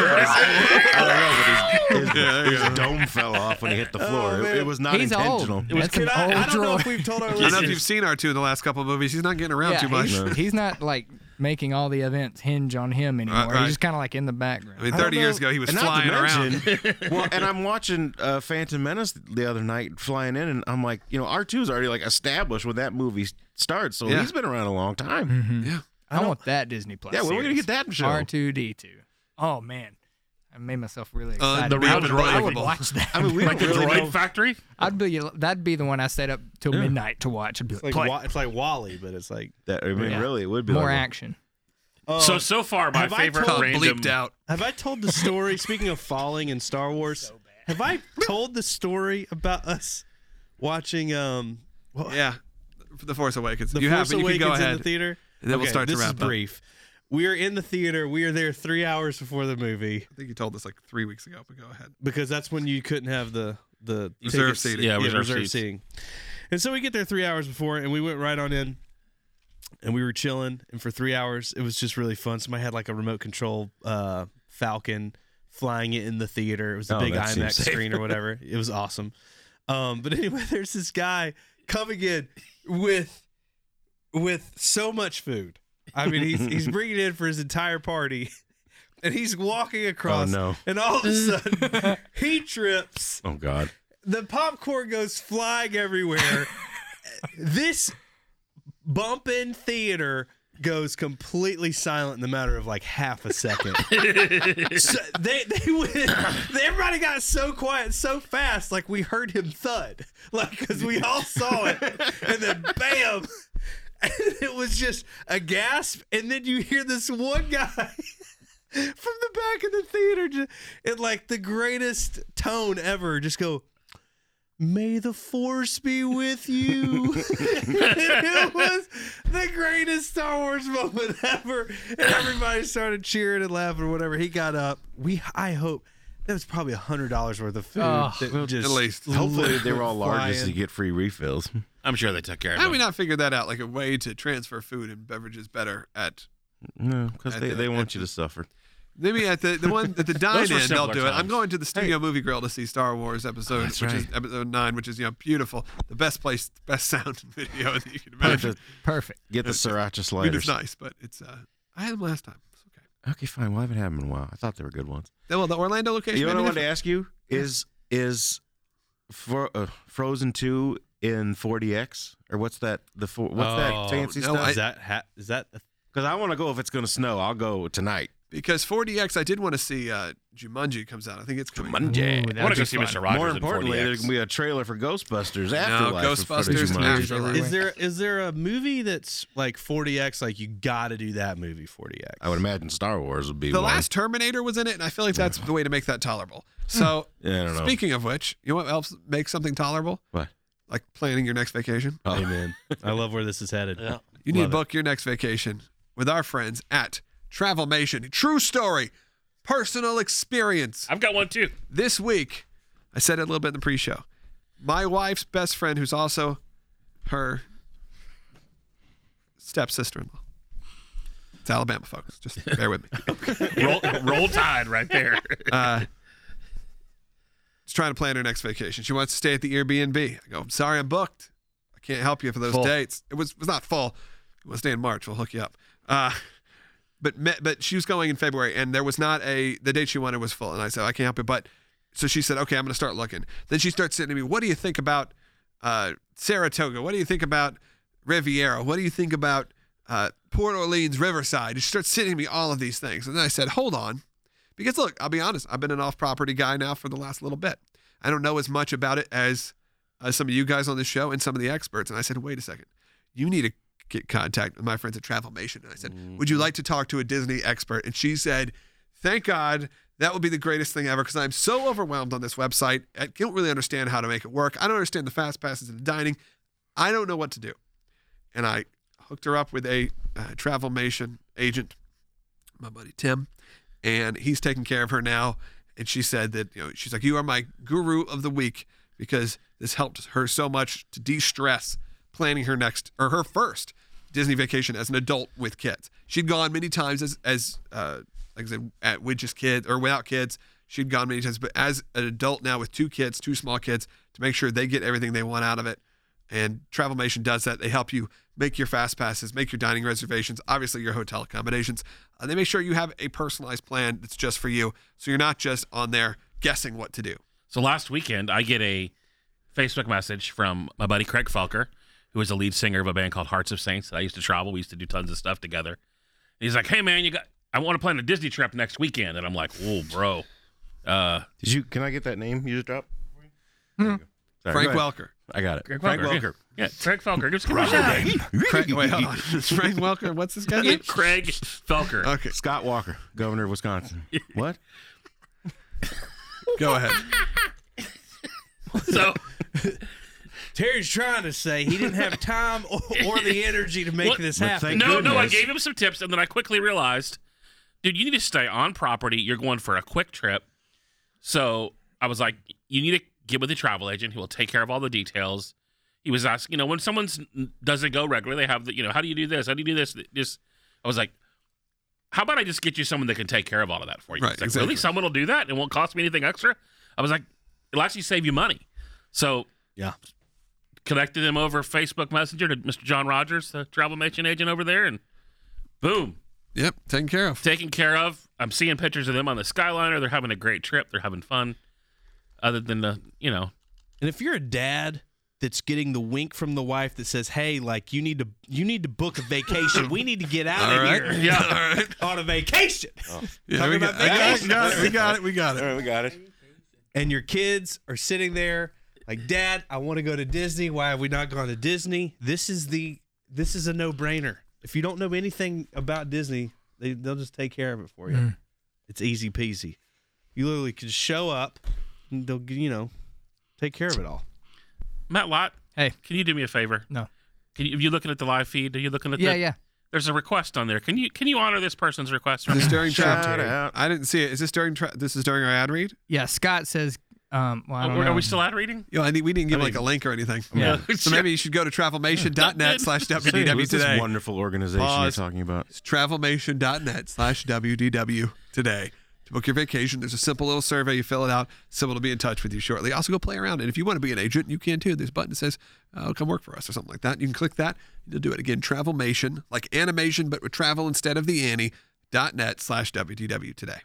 C: I
A: <laughs>
C: don't know, but his, his,
A: Yeah, there you
C: his dome fell off when he hit the floor. it, it was not
E: Oh, He's old.
C: intentional.
E: It was That's an
F: I,
E: old
F: I don't know
E: drawer.
F: if we've told our
A: I don't know if
F: listeners.
A: you've seen R2 in the last couple of movies. He's not getting around
E: yeah,
A: too much.
E: He's, he's not like making all the events hinge on him anymore.
A: right.
E: He's just kind of like in
A: I
E: the background.
A: mean,
C: I don't
A: 30 years
C: know.
A: ago, he was
C: And not to
A: flying around. <laughs>
C: mention- well, and I'm watching uh, Phantom Menace the other night, flying in, and I'm like, you know, R2's already like established when that movie starts, so
A: Yeah.
C: he's been around a long time.
A: Yeah.
E: I, want that Disney Plus.
C: Yeah, when are we gonna get that show?
E: Mm-hmm. R two D two. Oh man, I made myself really
C: Uh,
E: excited.
A: the
E: I would-
A: Unbelievable.
E: I would watch that.
C: <laughs> I mean, we
D: like
C: don't
D: the
C: really
D: droid
C: know.
D: factory?
E: I'd be that'd be the one I stayed up till midnight to watch. I'd be
F: It's
E: like,
F: <laughs>
E: play.
F: like, wa- it's like Wally, but it's like
C: That, I mean,
E: Yeah.
C: really, it would be
E: more
C: like,
E: action.
D: so so far my
F: um, have I
D: favorite
A: Called
D: random
A: bleeped out.
F: Have I told
A: <laughs>
F: the story? speaking of falling in Star Wars, have I told the story about us watching um
A: Yeah. For The Force Awakens.
F: the
A: you have,
F: Force
A: but you can
F: Awakens
A: go
F: in
A: ahead.
F: the theater?
A: And then we'll start to
F: this
A: wrap
F: is
A: up.
F: brief. We are in the theater. We are there three hours before the movie
A: I think you told us like three weeks ago, but go ahead.
F: because that's when you couldn't have the the
A: Reserve
F: tickets-
A: seating.
D: Yeah,
F: Yeah,
D: reserve
F: reserve,
D: seats.
F: seating. And so we get there three hours before, and we went right on in, and we were chilling. And for three hours, it was just really fun. Somebody had like a remote control uh, Falcon flying it in the theater. It was the
C: Oh,
F: big
C: that seems
F: IMAX
C: safe.
F: screen or whatever. It was awesome. Um, but anyway, <laughs> there's this guy coming in with with so much food. I mean, he's he's bringing in for his entire party, <laughs> and he's walking across.
C: no.
F: And all of a sudden, he trips
C: Oh God.
F: the popcorn goes flying everywhere. this bumping theater goes completely silent in the matter of like half a second. so they they went, everybody got so quiet so fast, like we heard him thud, like because we all saw it, and then bam. <laughs> And it was just a gasp, and then you hear this one guy <laughs> from the back of the theater ju- in like the greatest tone ever just go may the force be with you <laughs> it was the greatest star wars moment ever and everybody started cheering and laughing or whatever he got up we i hope that was probably a hundred dollars worth of food
E: Oh,
F: that just
A: At least.
C: Hopefully they were all large so
F: Flying.
C: you get free refills. <laughs>
D: I'm sure they took care of
A: How do we
D: it.
A: not figure that out? Like a way to transfer food and beverages better at
C: No, because
A: At
C: they,
A: the-
C: they
A: at
C: want you to suffer.
A: maybe at the the one
C: <laughs>
A: at the dine
D: were
A: in they'll
D: simpler
A: do it. I'm
D: times.
A: going to the Studio Movie Grill to see Star Wars episode,
C: that's
A: which is
C: right.
A: episode nine, which is you know beautiful, the best place, best sound <laughs> and video that you can imagine.
C: Perfect.
E: Perfect.
C: Get the sriracha
A: I mean, it's
C: sliders.
A: nice, but it's uh, I had them last time. It's okay.
C: Okay, fine. Well, I haven't had them in a while. I thought they were good ones.
A: Then, well, the Orlando location.
C: You know
A: may
C: what I
A: be
C: wanted to ask you is is Fro- uh, Frozen Two in 4DX or what's that the four, what's
F: Oh,
C: that fancy
A: no,
C: stuff?
A: I-
F: is that ha- is that
C: Because I want to go if it's going to snow. I'll go tonight.
A: Because 4DX, I did want to see uh, Jumanji comes out. I think it's coming. out.
C: Monday.
E: Ooh,
D: I want to
E: that'd
D: go
E: be
D: see
E: fun.
D: Mr. Rogers
C: More
D: in
C: importantly,
D: 40X.
C: there's going to be a trailer for Ghostbusters Afterlife. for footage
A: Ghostbusters
C: of mine.
A: Afterlife.
F: is there is there a movie that's like 40x like you gotta do that movie 40x
C: I would imagine Star Wars would be
A: The
C: one.
A: last Terminator was in it, and I feel like that's the way to make that tolerable. So,
C: Yeah, Hmm. I don't know.
A: speaking of which, you know what else makes something tolerable?
C: What?
A: Like planning your next vacation.
C: Oh.
F: amen i love where this is headed
A: You need to
F: Love it.
A: book your next vacation with our friends at Travelmation. True story, personal experience.
D: I've got one too.
A: This week, I said it a little bit in the pre show. My wife's best friend, who's also her stepsister in law. It's Alabama, folks. Just bear with me.
D: Roll, roll tide right there.
A: Uh, She's trying to plan her next vacation. She wants to stay at the Airbnb. I go, I'm sorry, I'm booked. I can't help you for those dates. It was it was not fall. It was day in March. We'll hook you up. Uh, but me, but she was going in February, and there was not a the date she wanted was full. And I said, I can't help you. But so she said, okay, I'm going to start looking. Then she starts saying to me, what do you think about uh, Saratoga? What do you think about Riviera? What do you think about uh, Port Orleans Riverside? She starts sending me all of these things, and then I said, hold on. Because look, I'll be honest, I've been an off property guy now for the last little bit. I don't know as much about it as uh, some of you guys on this show and some of the experts. And I said, wait a second, you need to get contact with my friends at Travelmation. And I said, would you like to talk to a Disney expert? And she said, thank God. That would be the greatest thing ever because I'm so overwhelmed on this website. I don't really understand how to make it work. I don't understand the fast passes and the dining. I don't know what to do. And I hooked her up with a uh, Travelmation agent, my buddy Tim and he's taking care of her now. And she said that, you know, she's like, You are my guru of the week because this helped her so much to de stress planning her next or her first Disney vacation as an adult with kids. She'd gone many times as, as uh, like I said, at, with just kids or without kids. She'd gone many times, but as an adult now with two kids, two small kids, to make sure they get everything they want out of it. And Travelmation does that. They help you make your fast passes, make your dining reservations, obviously your hotel accommodations. Uh, they make sure you have a personalized plan that's just for you, so you're not just on there guessing what to do.
D: So last weekend, I get a Facebook message from my buddy Craig Falker, who is the lead singer of a band called Hearts of Saints that I used to travel. We used to do tons of stuff together. And he's like, "Hey man, you got? I want to plan a Disney trip next weekend." And I'm like, "Whoa, bro." Uh,
C: Did you? Can I get that name you just dropped? There you
A: Hmm. Frank
C: go. Sorry, go ahead.
A: Welker. <laughs>
C: I got it. Welker.
D: Yeah, Craig Felker. Just give him a shout.
A: Craig,
C: <laughs>
A: wait, hold on. It's Frank Welker. What's this
D: <laughs>
A: guy's name?
D: Craig Felker.
C: <laughs>
A: Okay,
C: Scott Walker, governor
A: <laughs>
C: of Wisconsin. what?
A: go ahead.
D: So
F: Terry's trying to say he didn't have time or, or the energy to make
D: What?
F: this
C: But
F: happen.
C: thank
D: No, no, I
C: goodness.
D: gave him some tips, and then I quickly realized, dude, you need to stay on property. You're going for a quick trip. So I was like, you need to get with a travel agent who will take care of all the details. He was asking, you know, when someone doesn't go regularly, they have the, you know, how do you do this? How do you do this? Just, I was like, how about I just get you someone that can take care of all of that for you?
A: Right,
D: He's like,
A: exactly.
D: Really? Someone will do that? It won't cost me anything extra? I was like, it'll actually save you money. So
F: Yeah.
D: connected him over Facebook Messenger to Mr. John Rogers, the travel matching agent over there, and boom,
A: Yep, taken care of.
D: taken care of. I'm seeing pictures of them on the Skyliner. They're having a great trip. They're having fun. Other than the,
A: <laughs>
D: you know,
F: And if you're a dad that's getting the wink from the wife that says, "Hey, like you need to you need to book a vacation. we need to get out
A: All
F: of
A: right. Oh.
F: here
D: yeah,
F: on a vacation."
A: Yeah, we got,
F: about
A: I got,
F: vacation.
A: got it. We got it. We got it.
C: we got it.
F: And your kids are sitting there like, "Dad, I want to go to Disney. Why have we not gone to Disney?" This is the this is a no-brainer. If you don't know anything about Disney, they they'll just take care of it for you.
E: Mm.
F: It's easy peasy. You literally can show up and they'll you know, take care of it all.
D: Matt Lott,
E: Hey,
D: can you do me a favor?
E: No.
D: Can you, are you looking at the live feed? Are you looking at
E: yeah,
D: the,
E: yeah.
D: There's a request on there. Can you can you honor this person's request?
A: Is
D: Right
A: this
D: now?
A: during
C: Shout
A: traffic?
C: out.
A: I didn't see it. Is this during? Tra- this is during our ad read.
E: Yeah, Scott says, um, well, I don't
D: Oh, Are, we-
E: know.
D: are we still out reading?
A: You know, I need, we didn't give like a link or anything.
E: Yeah.
A: <laughs> So maybe you should go to travelmation.net slash WDW
C: Who's this
A: today.
C: wonderful organization
A: Pause.
C: you're talking about?
A: It's travelmation.net slash WDW today. To book your vacation, there's a simple little survey. You fill it out. Someone will be in touch with you shortly. Also, go play around. And if you want to be an agent, you can too. There's a button that says, oh, come work for us or something like that. You can click that. You'll do it again. Travelmation, like animation, but with travel instead of the Annie, dot net slash WDW today.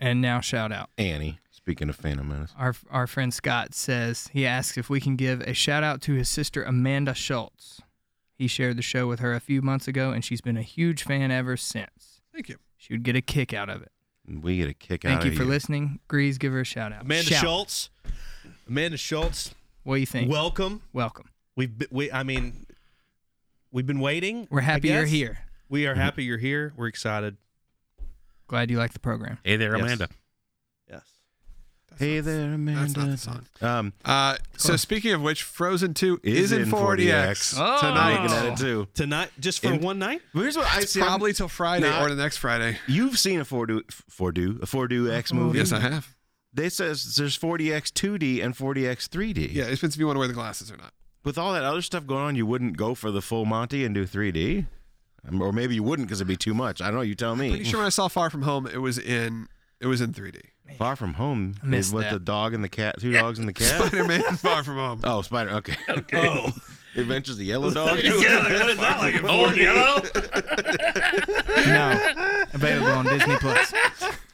E: and now shout out.
C: Annie. Speaking of Phantom Menace.
E: Our our friend Scott says he asks if we can give a shout out to his sister Amanda Schultz. He shared the show with her a few months ago, and she's been a huge fan ever since.
A: Thank you.
E: She would get a kick out of it.
C: We get a kick out
E: Thank you
C: of
E: for listening. Grease, give her a shout out.
F: Amanda
E: Shout.
F: Schultz. Amanda Schultz,
E: What do you think?
F: welcome.
E: Welcome.
F: We've be, we I mean we've been waiting.
E: We're
F: I
E: happy you're
F: guess.
E: here. Mm-hmm.
F: We are happy you're here. We're excited.
E: Glad you like the program.
D: Hey there,
F: Yes.
D: Amanda.
F: Yes.
C: Hey there, Amanda.
A: That's not the song.
C: Um,
A: Uh, so, speaking of which, Frozen 2
C: is
A: is, in 40X,
E: Oh.
A: tonight.
C: Looking at it too.
F: Tonight just for
C: And-
F: one night?
C: Here's what I
A: It's probably till Friday
C: Nah.
A: or the next Friday.
C: You've seen a 4D, 4D, a 4DX movie.
A: Yes, I have.
C: They says there's 40X 2D and 40X 3D.
A: Yeah, it depends if you want to wear the glasses or not.
C: With all that other stuff going on, you wouldn't go for the full Monty and do 3D? Um, Or maybe you wouldn't because it'd be too much. I don't know. You tell me.
A: Pretty sure when I saw Far From Home, it was in it was in 3D.
C: Far from home
E: I missed
C: is what
E: that.
C: the dog and the cat, two dogs and the cat.
A: Spider Man Far From
C: <laughs>
A: Home.
C: oh, Spider.
A: <laughs>
C: Okay. Oh, <laughs> Adventures of the Yellow Dog.
D: Oh, yellow.
E: No, available on Disney Plus.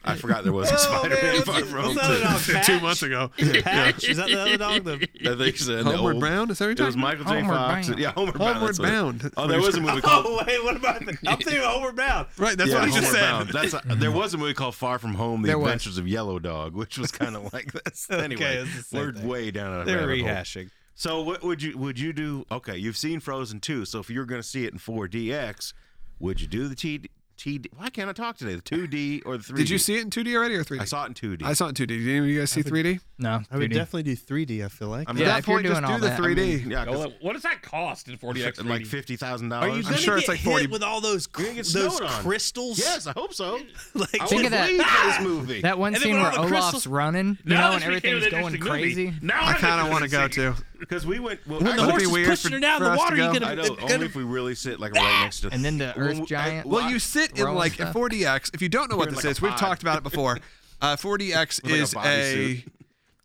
C: I forgot there was a Spider Oh, Man Far from Home. too.
A: Two months ago.
F: Patch? Is that the other dog? The,
C: I think so. and the
A: Homeward
C: old-
A: Bound? Is that what
C: It
A: you're
C: was
A: talking
C: Michael J.
E: Homeward
C: Fox.
E: Bound.
C: Yeah, Homeward Bound.
A: about? Homeward
C: that's what it-
A: Bound.
C: Oh, there was
A: <laughs>
C: a movie called
F: oh wait, what about the I'm thinking Homeward Bound.
A: Right, that's what I just
C: Homeward
A: said.
C: Bound. That's a- there was a movie called Far From Home: The
E: There was.
C: Adventures of Yellow Dog, which
A: <laughs>
C: was kind of like this. Anyway,
F: it's the same
C: we're
F: thing.
C: way down on
F: They're rehashing.
C: So, what would you would you do? Okay, you've seen Frozen 2, so if you're going to see it in 4DX, would you do the T T? Why can't I talk today? The 2D or the 3D?
A: Did you see it in 2D already or 3D?
C: I saw it in 2D.
A: I saw it in 2D. Did any of you guys see 3D?
E: No,
F: I would
E: 3D.
F: definitely do 3D, I feel like.
C: I
A: At
C: mean,
E: Yeah,
A: that
E: if you're
A: point, just
E: doing all
A: do the
E: that, I
A: 3D.
C: yeah, 'cause
D: What does that cost in 40x?
C: like
D: 3D?
C: fifty thousand
F: Are you
C: dollars.
F: gonna
A: sure
F: get
A: it's like
F: hit
A: 40
F: with all those cr-
C: get
F: those
C: snowed on.
F: crystals?
C: Yes, I hope so.
F: Like
C: I
E: Think
C: would
E: of that-
C: leave for this movie.
E: That one
F: And then
E: scene
F: when
E: where
F: all the
E: Olaf's
F: crystals-
E: running, you
D: Now
E: know, and
D: this became an
E: everything's going
D: interesting movie.
E: crazy.
D: Now
A: I kind of want to go
D: interesting.
A: too.
C: because we went. Well,
F: when the
C: actually-
A: Would it
F: horse
A: be
F: is
A: weird
F: pushing
A: for-
F: her down in
A: for
F: the
A: us to
F: water, you're
A: go?
F: gonna,
C: I know.
F: it's
C: Only
F: gonna-
C: if we really sit like right next to.
E: And then the Earth Giant.
A: Well, you sit in
E: Roll
A: like
E: stuff.
A: 40x. If you don't know what this
C: like a
A: is, we've
C: pod.
A: talked about it before. Uh, 40x
C: like a
A: is a.
C: bodysuit.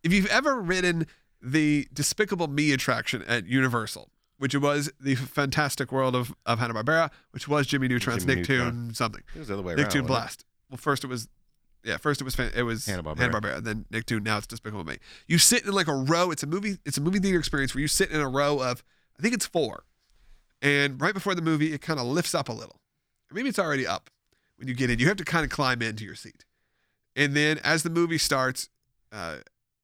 A: If you've ever ridden the Despicable Me attraction at Universal, which was the Fantastic World of, of Hanna Barbera, which was Jimmy Neutron's
C: Jimmy
A: Nicktoon
C: Neutron.
A: something,
C: It was the other way
A: Nicktoon
C: around. wasn't
A: Blast. Well, first it was, yeah, first it was fan- it was Hanna
C: Hanna-Barbera.
A: Barbera, then Nicktoon. Now it's Despicable Me. You sit in like a row. It's a movie. It's a movie theater experience where you sit in a row of I think it's four, and right before the movie it kind of lifts up a little or maybe it's already up when you get in. You have to kind of climb into your seat. And then as the movie starts, uh,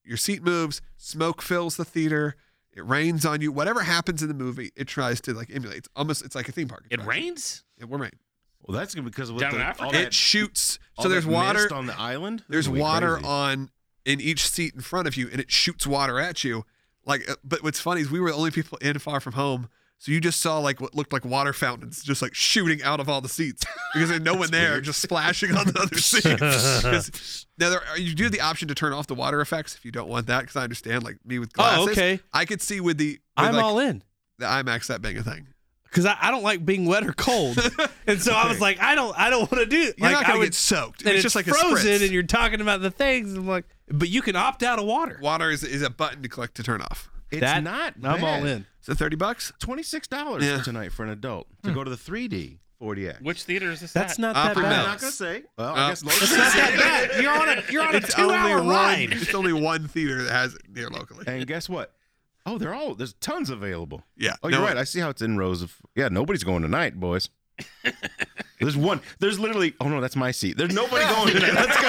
A: your seat moves, smoke fills the theater, it rains on you. Whatever happens in the movie, it tries to like emulate. It's almost it's like a theme park.
D: It
A: attraction.
D: rains.
A: It will rain.
C: it? Well, that's good because with
D: Down in
C: the,
D: Africa?
C: all
A: It
C: that,
A: shoots.
C: all
A: So there's
C: that
A: water
C: mist on the island.
A: there's
C: That'd be
A: water
C: crazy.
A: on in each seat in front of you and it shoots water at you Like, uh, but what's funny is we were the only people in Far From Home, so you just saw like what looked like water fountains just like shooting out of all the seats because there's no one there, just splashing on the
F: <laughs>
A: other seats. <laughs> 'Cause now there, you do have the option to turn off the water effects if you don't want that, because I understand like me with glasses.
F: Oh, okay.
A: I could see with the with,
F: I'm
A: like,
F: all in
A: the IMAX that being a thing.
F: because I, I don't like being wet or cold, and so I was like, I don't, I don't want to do.
A: You're
F: like,
A: not
F: I
A: gonna
F: would-
A: get soaked.
F: and
A: It's, just like a
F: frozen,
A: spritz.
F: and you're talking about the things. I'm like, but you can opt out of water.
A: water is, is a button to click to turn off.
C: It's
F: That-
C: not.
F: I'm all
C: bad.
F: in.
A: So thirty bucks.
C: Twenty six dollars
A: Yeah.
C: for tonight for an adult
F: Hmm.
C: to go to the three D 40x.
D: Which theater is this?
F: That's
D: at?
F: not
A: Opry
F: that
C: I'm
F: bad.
A: Mills.
C: not gonna say. Well,
A: Uh,
C: I guess local.
F: It's not that bad. You're on a you're on a two hour
A: one.
F: ride.
A: It's only one theater that has it near
F: <laughs>
A: locally.
C: and guess what? Oh, they're all there's tons available.
A: Yeah.
C: Oh, you're
A: no,
C: right. I see how it's in rows of. Yeah, nobody's going tonight, <laughs> boys. there's one. There's literally. Oh no, that's my seat. There's nobody going <laughs> tonight. Let's go.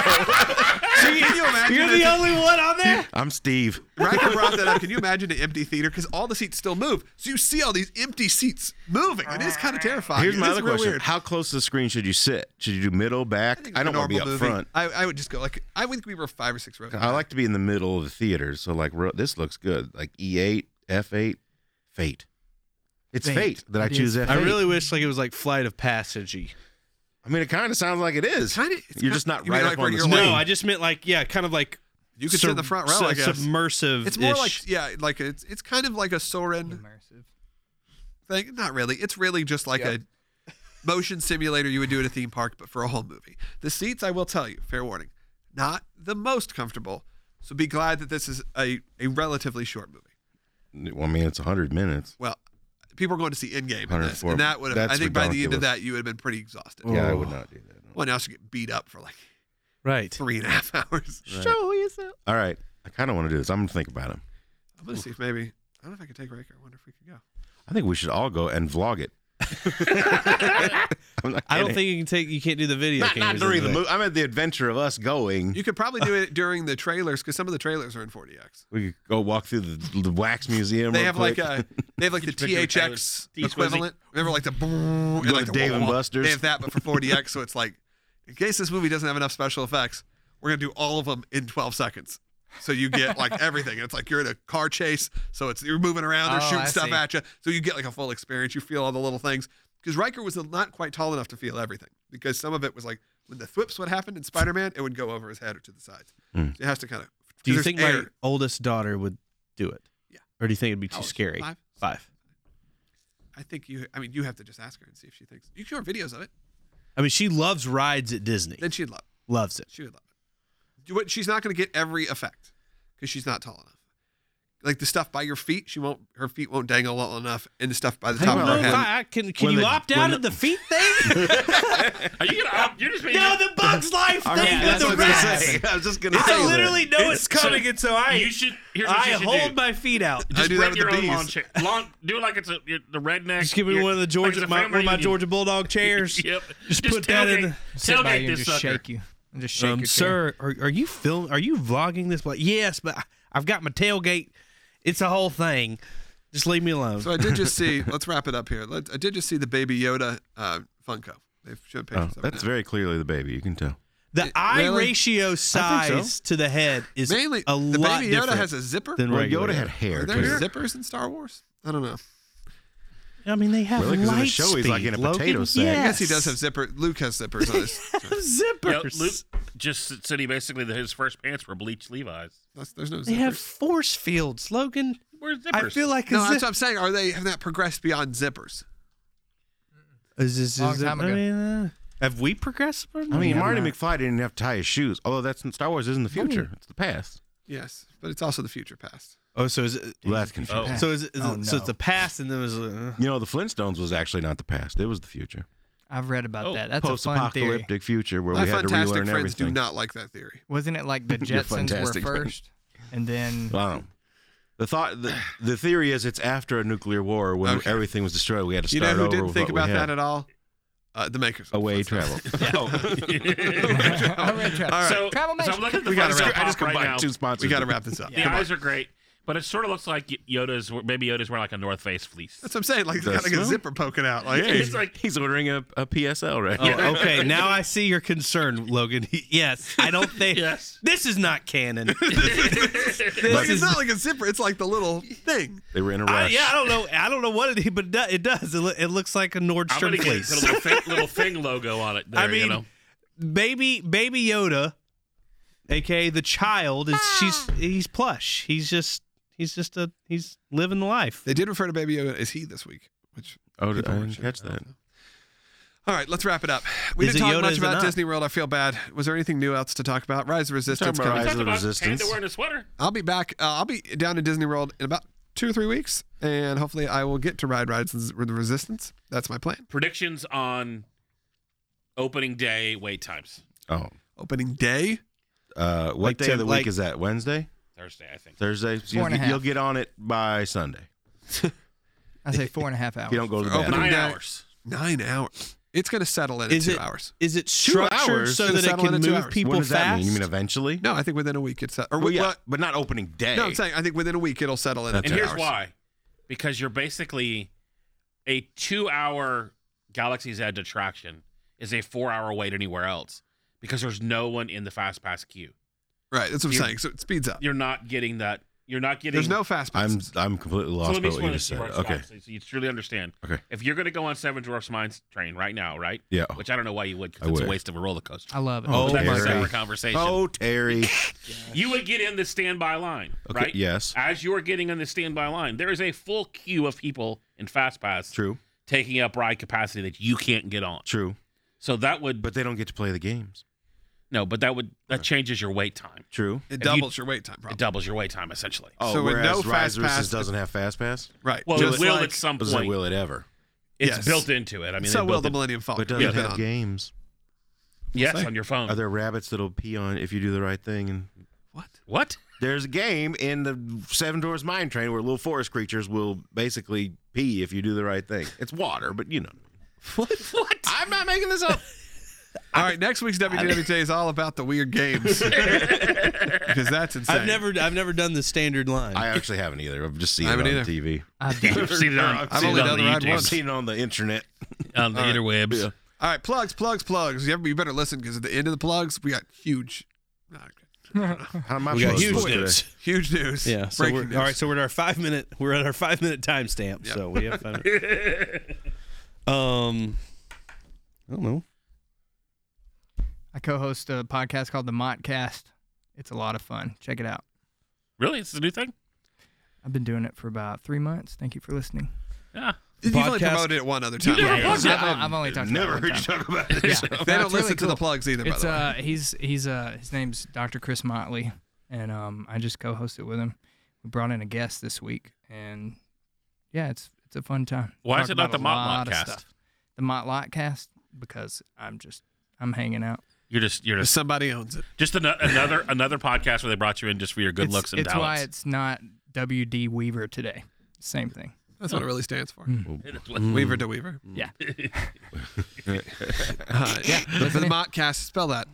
A: Can you imagine?
F: You're the only one on there.
C: I'm Steve.
A: Racker brought that up. Can you imagine an empty theater? Because all the seats still move. So you see all these empty seats moving. It is kind of terrifying.
C: Here's
A: It
C: my
A: is
C: other
A: real
C: question:
A: Weird.
C: How close to the screen should you sit? Should you do middle, back? I,
A: it's
C: don't
A: a
C: want to be up
A: normal movie.
C: front. Uh,
A: I, I would just go like I think we were five or six rows.
C: I like to be in the middle of the theater. So like, ro- this looks good. Like E E8, F8, Fate. It's
E: Fate.
C: Fate, that I
E: It
C: choose
E: is
C: F8.
F: I really wish like it was like Flight of Passage.
C: I mean, it kind of sounds like it is.
A: Kinda- it's
C: You're
A: kinda-
C: just not
A: you mean
C: right
A: like
C: up
A: where
C: on the
A: you're
C: screen.
A: like-
F: No, I just meant like yeah, kind of like
A: you could sit in the front row.
F: sub-
A: I guess
F: Submersive.
A: it's more like yeah, like it's it's kind of like a Soren
E: Immersive.
A: thing. Not really. It's really just like a motion simulator you would do at a theme park, but for a whole movie. The seats, I will tell you, fair warning, not the most comfortable. So be glad that this is a, a relatively short movie.
C: Well, I mean, it's 100 minutes.
A: Well, people are going to see Endgame in this,
C: 104.
A: and that would have,
C: That's
A: I think by the end of
C: ridiculous.
A: that you would have been pretty exhausted.
C: Yeah, I would not do that.
A: Well, now she get beat up for like
F: right.
A: three and a half <laughs> hours.
F: Show yourself.
C: All right. I kind of want to do this. I'm going to think about it.
A: I'm gonna see if maybe I don't know if I could take Riker. I wonder if we could go.
C: I think we should all go and vlog it. I'm not
F: I don't
C: kidding.
F: think you can take. You can't do the video.
C: Not, not
F: cameras
C: during
F: in
C: the
F: there.
C: movie. I meant the adventure of us going.
A: You could probably do it during the trailers because some of the trailers are in 40x.
C: we could go walk through the, the wax museum.
A: They
C: real
A: have like
C: quick.
A: a they have like the
D: picture of
A: THX
D: Tyler
A: equivalent. Remember like the brrrr,
C: You
A: and
C: know,
A: like
C: the
A: the
C: Dave and
A: wah-wah.
C: Buster's?
A: They have that, but for 40x, so it's like in case this movie doesn't have enough special effects, we're gonna do all of them in 12 seconds. So you get like everything. And it's like you're in a car chase, so it's you're moving around, they're
E: Oh,
A: shooting
E: I
A: stuff
E: see.
A: at you, so you get like a full experience. You feel all the little things because Riker was not quite tall enough to feel everything because some of it was like when the thwips would happen in Spider-Man, it would go over his head or to the sides.
C: Hmm.
A: So it has to kind of.
F: Do you
A: there's
F: think my
A: air.
F: oldest daughter would do it?
A: Yeah.
F: Or do you think it'd be too
A: Oh,
F: scary?
A: five?
F: Five.
A: I think you. I mean, you have to just ask her and see if she thinks you can show her videos of it.
F: I mean, she loves rides at Disney.
A: Then she'd love. It.
F: loves it.
A: She would love it. Do what? She's not going to get every effect because she's not tall enough. Like the stuff by your feet, she won't. Her feet won't dangle well enough, and the stuff by the
C: I
A: top
C: don't
A: of
C: know
A: her
C: if
A: head.
F: I, I- can can
C: when
F: you
C: the-
F: opt
C: when
F: out
C: the-
F: of the feet thing?
D: Are you gonna? opt- You're just making.
F: no, the Bugs Life
C: All
F: thing
C: right,
F: with
C: that's
F: the
C: what I was
F: rats.
C: gonna say. I was just going to say.
F: I
C: that.
F: literally know it's,
D: so-
F: coming, and so I
D: You should. Here's what
F: I
D: you should
F: hold
D: do.
F: my
D: <laughs>
F: feet out.
A: I
D: Just
A: do that
D: rent
A: with
D: your
A: the
D: own
A: bees.
D: lawn chair. Lawn, do it like it's a, your, the redneck.
F: Just give me
D: your-
F: one of the Georgia,
D: like it's a
F: my, one of my
D: family
F: Georgia Bulldog chairs.
D: <laughs> Yep.
F: Just put that in
D: tailgate-
E: Sit by
D: Tailgate
E: you and
D: this
E: just
D: sucker.
E: shake you. And just shake
F: Um,
E: your
F: sir, are, are you film? Are you vlogging this? Like, yes, but I- I've got my tailgate. It's a whole thing. Just leave me alone.
A: So I did just see. let's wrap it up here. Let, I did just see the Baby Yoda uh, Funko. They've shown
C: <laughs> Oh,
A: pictures. of it
C: that's
A: now.
C: very clearly the baby. You can tell.
F: the eye
A: really?
F: ratio size to the head is
A: mainly
F: a
A: the
F: lot
A: Baby Yoda
F: different
A: has a zipper.
F: than
C: Well,
F: regular.
C: Yoda had hair.
A: Are there
C: too.
A: zippers in Star Wars? I don't know.
F: I mean, they have
C: Really? 'Cause in the
F: light
C: show, he's,
F: speed.
C: like, in a
F: Logan,
C: potato sack.
F: Yes.
A: I guess he does have zipper. Luke has zippers on
C: <laughs>
A: his.
D: Yep,
F: <laughs> zippers.
D: Luke just said he basically that his first pants were bleached Levi's.
A: That's, there's no zippers.
F: They have force fields. Logan,
D: Where's zippers?
F: I feel like
A: no,
F: a
A: that's what
F: zip.
A: I'm saying. Are they have not progressed beyond zippers?
F: Is this, is
E: Long
F: it-
E: time
F: I
E: ago.
F: mean, uh, have we progressed?
C: I mean, Marty McFly didn't have to tie his shoes. Although that's Star Wars isn't the future; it's the past.
A: Yes, but it's also the future past.
F: Oh, so is it?
C: Well, that's confusing.
D: Oh.
F: So is it? Is
E: Oh,
F: it So
E: no.
F: it's the past, and then it was. Uh,
C: You know, the Flintstones was actually not the past; it was the future,
E: I've read about
D: Oh,
E: that. That's a fun theory.
C: post-apocalyptic future where
A: My
C: we had to
A: fantastic
C: relearn
A: friends
C: everything.
A: do not like that theory.
E: Wasn't it like the
C: You're
E: Jetsons were
C: fantastic, Brandon.
E: first,
C: <laughs>
E: and then
C: I don't know. The thought, the, the theory is, it's after a nuclear war when
A: Okay.
C: everything was destroyed. We had to
A: You
C: start
A: know who
C: over
A: didn't
C: with
A: think
C: what we
A: about
C: had.
A: that at all? Uh, the makers. of
C: Away
A: Flintstones.
C: travel.
E: I read travel.
D: so,
E: Travel
D: so <laughs>
E: Magic. <laughs>
D: I'm looking at the
A: We gotta
D: Funko
A: wrap- I
D: Pop
C: just
D: <laughs> right
C: <laughs> combined
D: now.
C: two sponsors.
A: <laughs> We got to wrap this up.
D: The eyes are great, But it sort of looks like Yoda's maybe Yoda's wearing like a North Face
F: <laughs>
D: fleece.
A: That's what I'm saying. Like, it's
C: The
A: got like a
C: smell?
A: zipper poking out. Like, hey,
D: It's like
C: He's ordering a, a PSL right now.
F: Oh, okay. Now I see your concern, Logan. <laughs> yes, I don't think
D: Yes.
F: this is not canon.
A: like it's not like a zipper. It's like the little thing.
C: They were in a
F: I,
C: rush.
F: Uh, yeah, I don't know. I don't know what it, but it do- it does. It, loo- it looks like a
D: I'm
F: Nordstrom
D: gonna get a
F: fleece. <laughs>
D: little, thing, little thing logo on it. There,
F: I mean,
D: you know?
F: baby, baby Yoda, aka the child, is she's he's plush. He's just he's just a he's living the life.
A: They did refer to Baby Yoda as he this week, which
C: Oh, did-
A: people
C: I
A: weren't
C: didn't
A: sure.
C: catch
A: I don't
C: that.
A: know. All right, let's wrap it up. We
F: Is
A: didn't
F: it
A: talk
F: Yoda,
A: much
F: is it
A: about
F: not?
A: Disney World. I feel bad. Was there anything new else to talk about? Rise of Resistance.
C: about
A: coming.
C: Rise
D: Talked
C: of
D: about
C: Resistance.
D: Panda wearing a sweater.
A: I'll be back. Uh, I'll be down in Disney World in about two or three weeks, and hopefully I will get to ride rides with the Resistance. That's my plan.
D: Predictions on opening day wait times
C: Oh.
A: Opening day.
C: Uh, what
F: Like
C: day
F: to-
C: of the
F: like-
C: week is that? Wednesday?
D: Thursday. I think.
C: Thursday? So
E: Four
C: you'll,
E: and a half.
C: you'll get on it by Sunday.
E: I say four and a half
C: If
E: hours.
C: you don't go to the
A: Opening
C: bathroom.
D: Nine
A: day.
D: hours.
A: Nine hours. It's going to settle in at
F: Is
A: two
F: it-
A: hours.
F: Is it structured
C: hours?
F: so
A: Gonna
F: that it
A: settle
F: can
A: into two
F: move
A: hours.
F: people
C: What does
F: fast?
C: that mean? You mean eventually?
A: No, I think within a week it's set. Or
C: Well,
A: well,
C: yeah, but not opening day.
A: no, I'm saying I think within a week it'll settle in. at
C: Okay.
D: And
A: two
D: here's
A: hours.
D: why: because you're basically a two-hour Galaxy's Edge attraction is a four-hour wait anywhere else because there's no one in the fast pass queue.
A: Right, that's what I'm
D: You-
A: saying. So it speeds up.
D: You're not getting that. You're not getting.
A: There's no fast
C: I'm
A: passes.
C: I'm completely
D: So
C: lost
D: let me
C: by what you
D: explain
C: just
D: this to
C: said.
D: you
C: Okay.
D: so you truly understand.
C: Okay.
D: If you're going to go on Seven Dwarfs Mines train right now, right?
C: Yeah.
D: Which I don't know why you
C: I
D: would, because it's a
C: would.
D: waste of a roller coaster.
E: I love it.
C: Oh,
D: But that's
C: Terry.
D: a separate conversation.
C: Oh, Terry.
D: You would get in the standby line,
C: Okay.
D: right?
C: Yes.
D: As you're getting in the standby line, there is a full queue of people in Fast Pass
C: True.
D: taking up ride capacity that you can't get on.
C: True.
D: So that would,
C: But they don't get to play the games.
D: no, but that would that changes your wait time.
C: True.
A: It
D: you-
A: doubles your wait time. Probably.
D: It doubles your wait time essentially.
C: Oh,
A: So with
C: whereas
A: no
C: Rise
A: fast
C: of Resistance
A: pass-
C: doesn't have fast pass.
A: Right.
D: well,
A: Uh, just
D: it will
A: like-
D: at some
C: I was like,
D: point.
C: will it ever?
D: it's
A: Yes.
D: built into it. I mean,
A: so
D: they
A: will
D: built
A: the
D: it-
A: Millennium Falcon.
C: But it doesn't
A: Oh, Yeah.
C: have games.
D: yes
A: Say.
D: on your phone.
C: Are there rabbits that'll pee on if you do the right thing? And
A: What? <laughs>
D: what?
C: there's a game in the Seven Doors Mine Train where little forest creatures will basically pee if you do the right thing. It's water, but you know.
D: What?
C: I'm not making this up.
A: All right, next week's
D: <laughs>
A: WWT is all about the weird games because that's insane.
F: I've never I've never done the standard line.
C: I actually haven't either. I've just seen
A: I
C: it on
A: haven't either.
C: TV.
E: I've done
D: I've seen it on,
A: I've only done the ride
C: I've
A: once.
C: seen it on the
A: <laughs>
C: internet.
D: <laughs> on the
A: All right.
D: interwebs.
A: All right, plugs, plugs, plugs. You you better listen because at the end of the plugs, we got huge,
C: How am I
F: we
C: supposed
F: got
C: to
F: huge
C: look today?
F: news.
A: huge news.
F: <laughs> Yeah. So
A: breaking
F: we're,
A: news.
F: all right. So we're at our five minute. We're at our five minute timestamp.
A: Yeah.
F: So we have five. minutes.
C: <laughs>
F: um, I don't know.
E: I co-host a podcast called The Montcast. It's a lot of fun. Check it out.
D: Really? It's a new thing?
E: I've been doing it for about three months. Thank you for listening.
D: Yeah.
A: You've only
F: podcast-
A: promoted it one other time.
D: never
E: Yeah,
D: plugged it.
E: I've, I've only talked
C: Never
E: about it
C: heard
E: one
C: you
E: time.
C: talk about it.
E: Yeah.
A: They
E: No,
A: don't
E: it's
A: listen
E: really
A: to the
E: cool.
A: plugs either.
E: It's
A: by the way.
E: uh he's he's uh his name's Dr. Chris Motley and um I just co-host it with him. We brought in a guest this week and yeah, it's it's a fun time.
D: Why is
E: Talk
D: it not
E: about a
D: the Mott
E: lot of
D: Lotcast?
E: stuff. The Mott Lotcast because I'm just I'm hanging out.
D: You're just
E: uh,
D: you're just
A: Somebody owns it.
D: just ano- another another podcast where they brought you in just for your good
E: it's,
D: looks and
E: It's why
D: talents.
E: it's not WD Weaver today. Same thing.
A: That's what it really stands for.
D: It's
F: Mm.
D: what-
A: Weaver to Weaver.
E: Mm. Yeah.
A: Uh, yeah. For the Mottcast, spell that.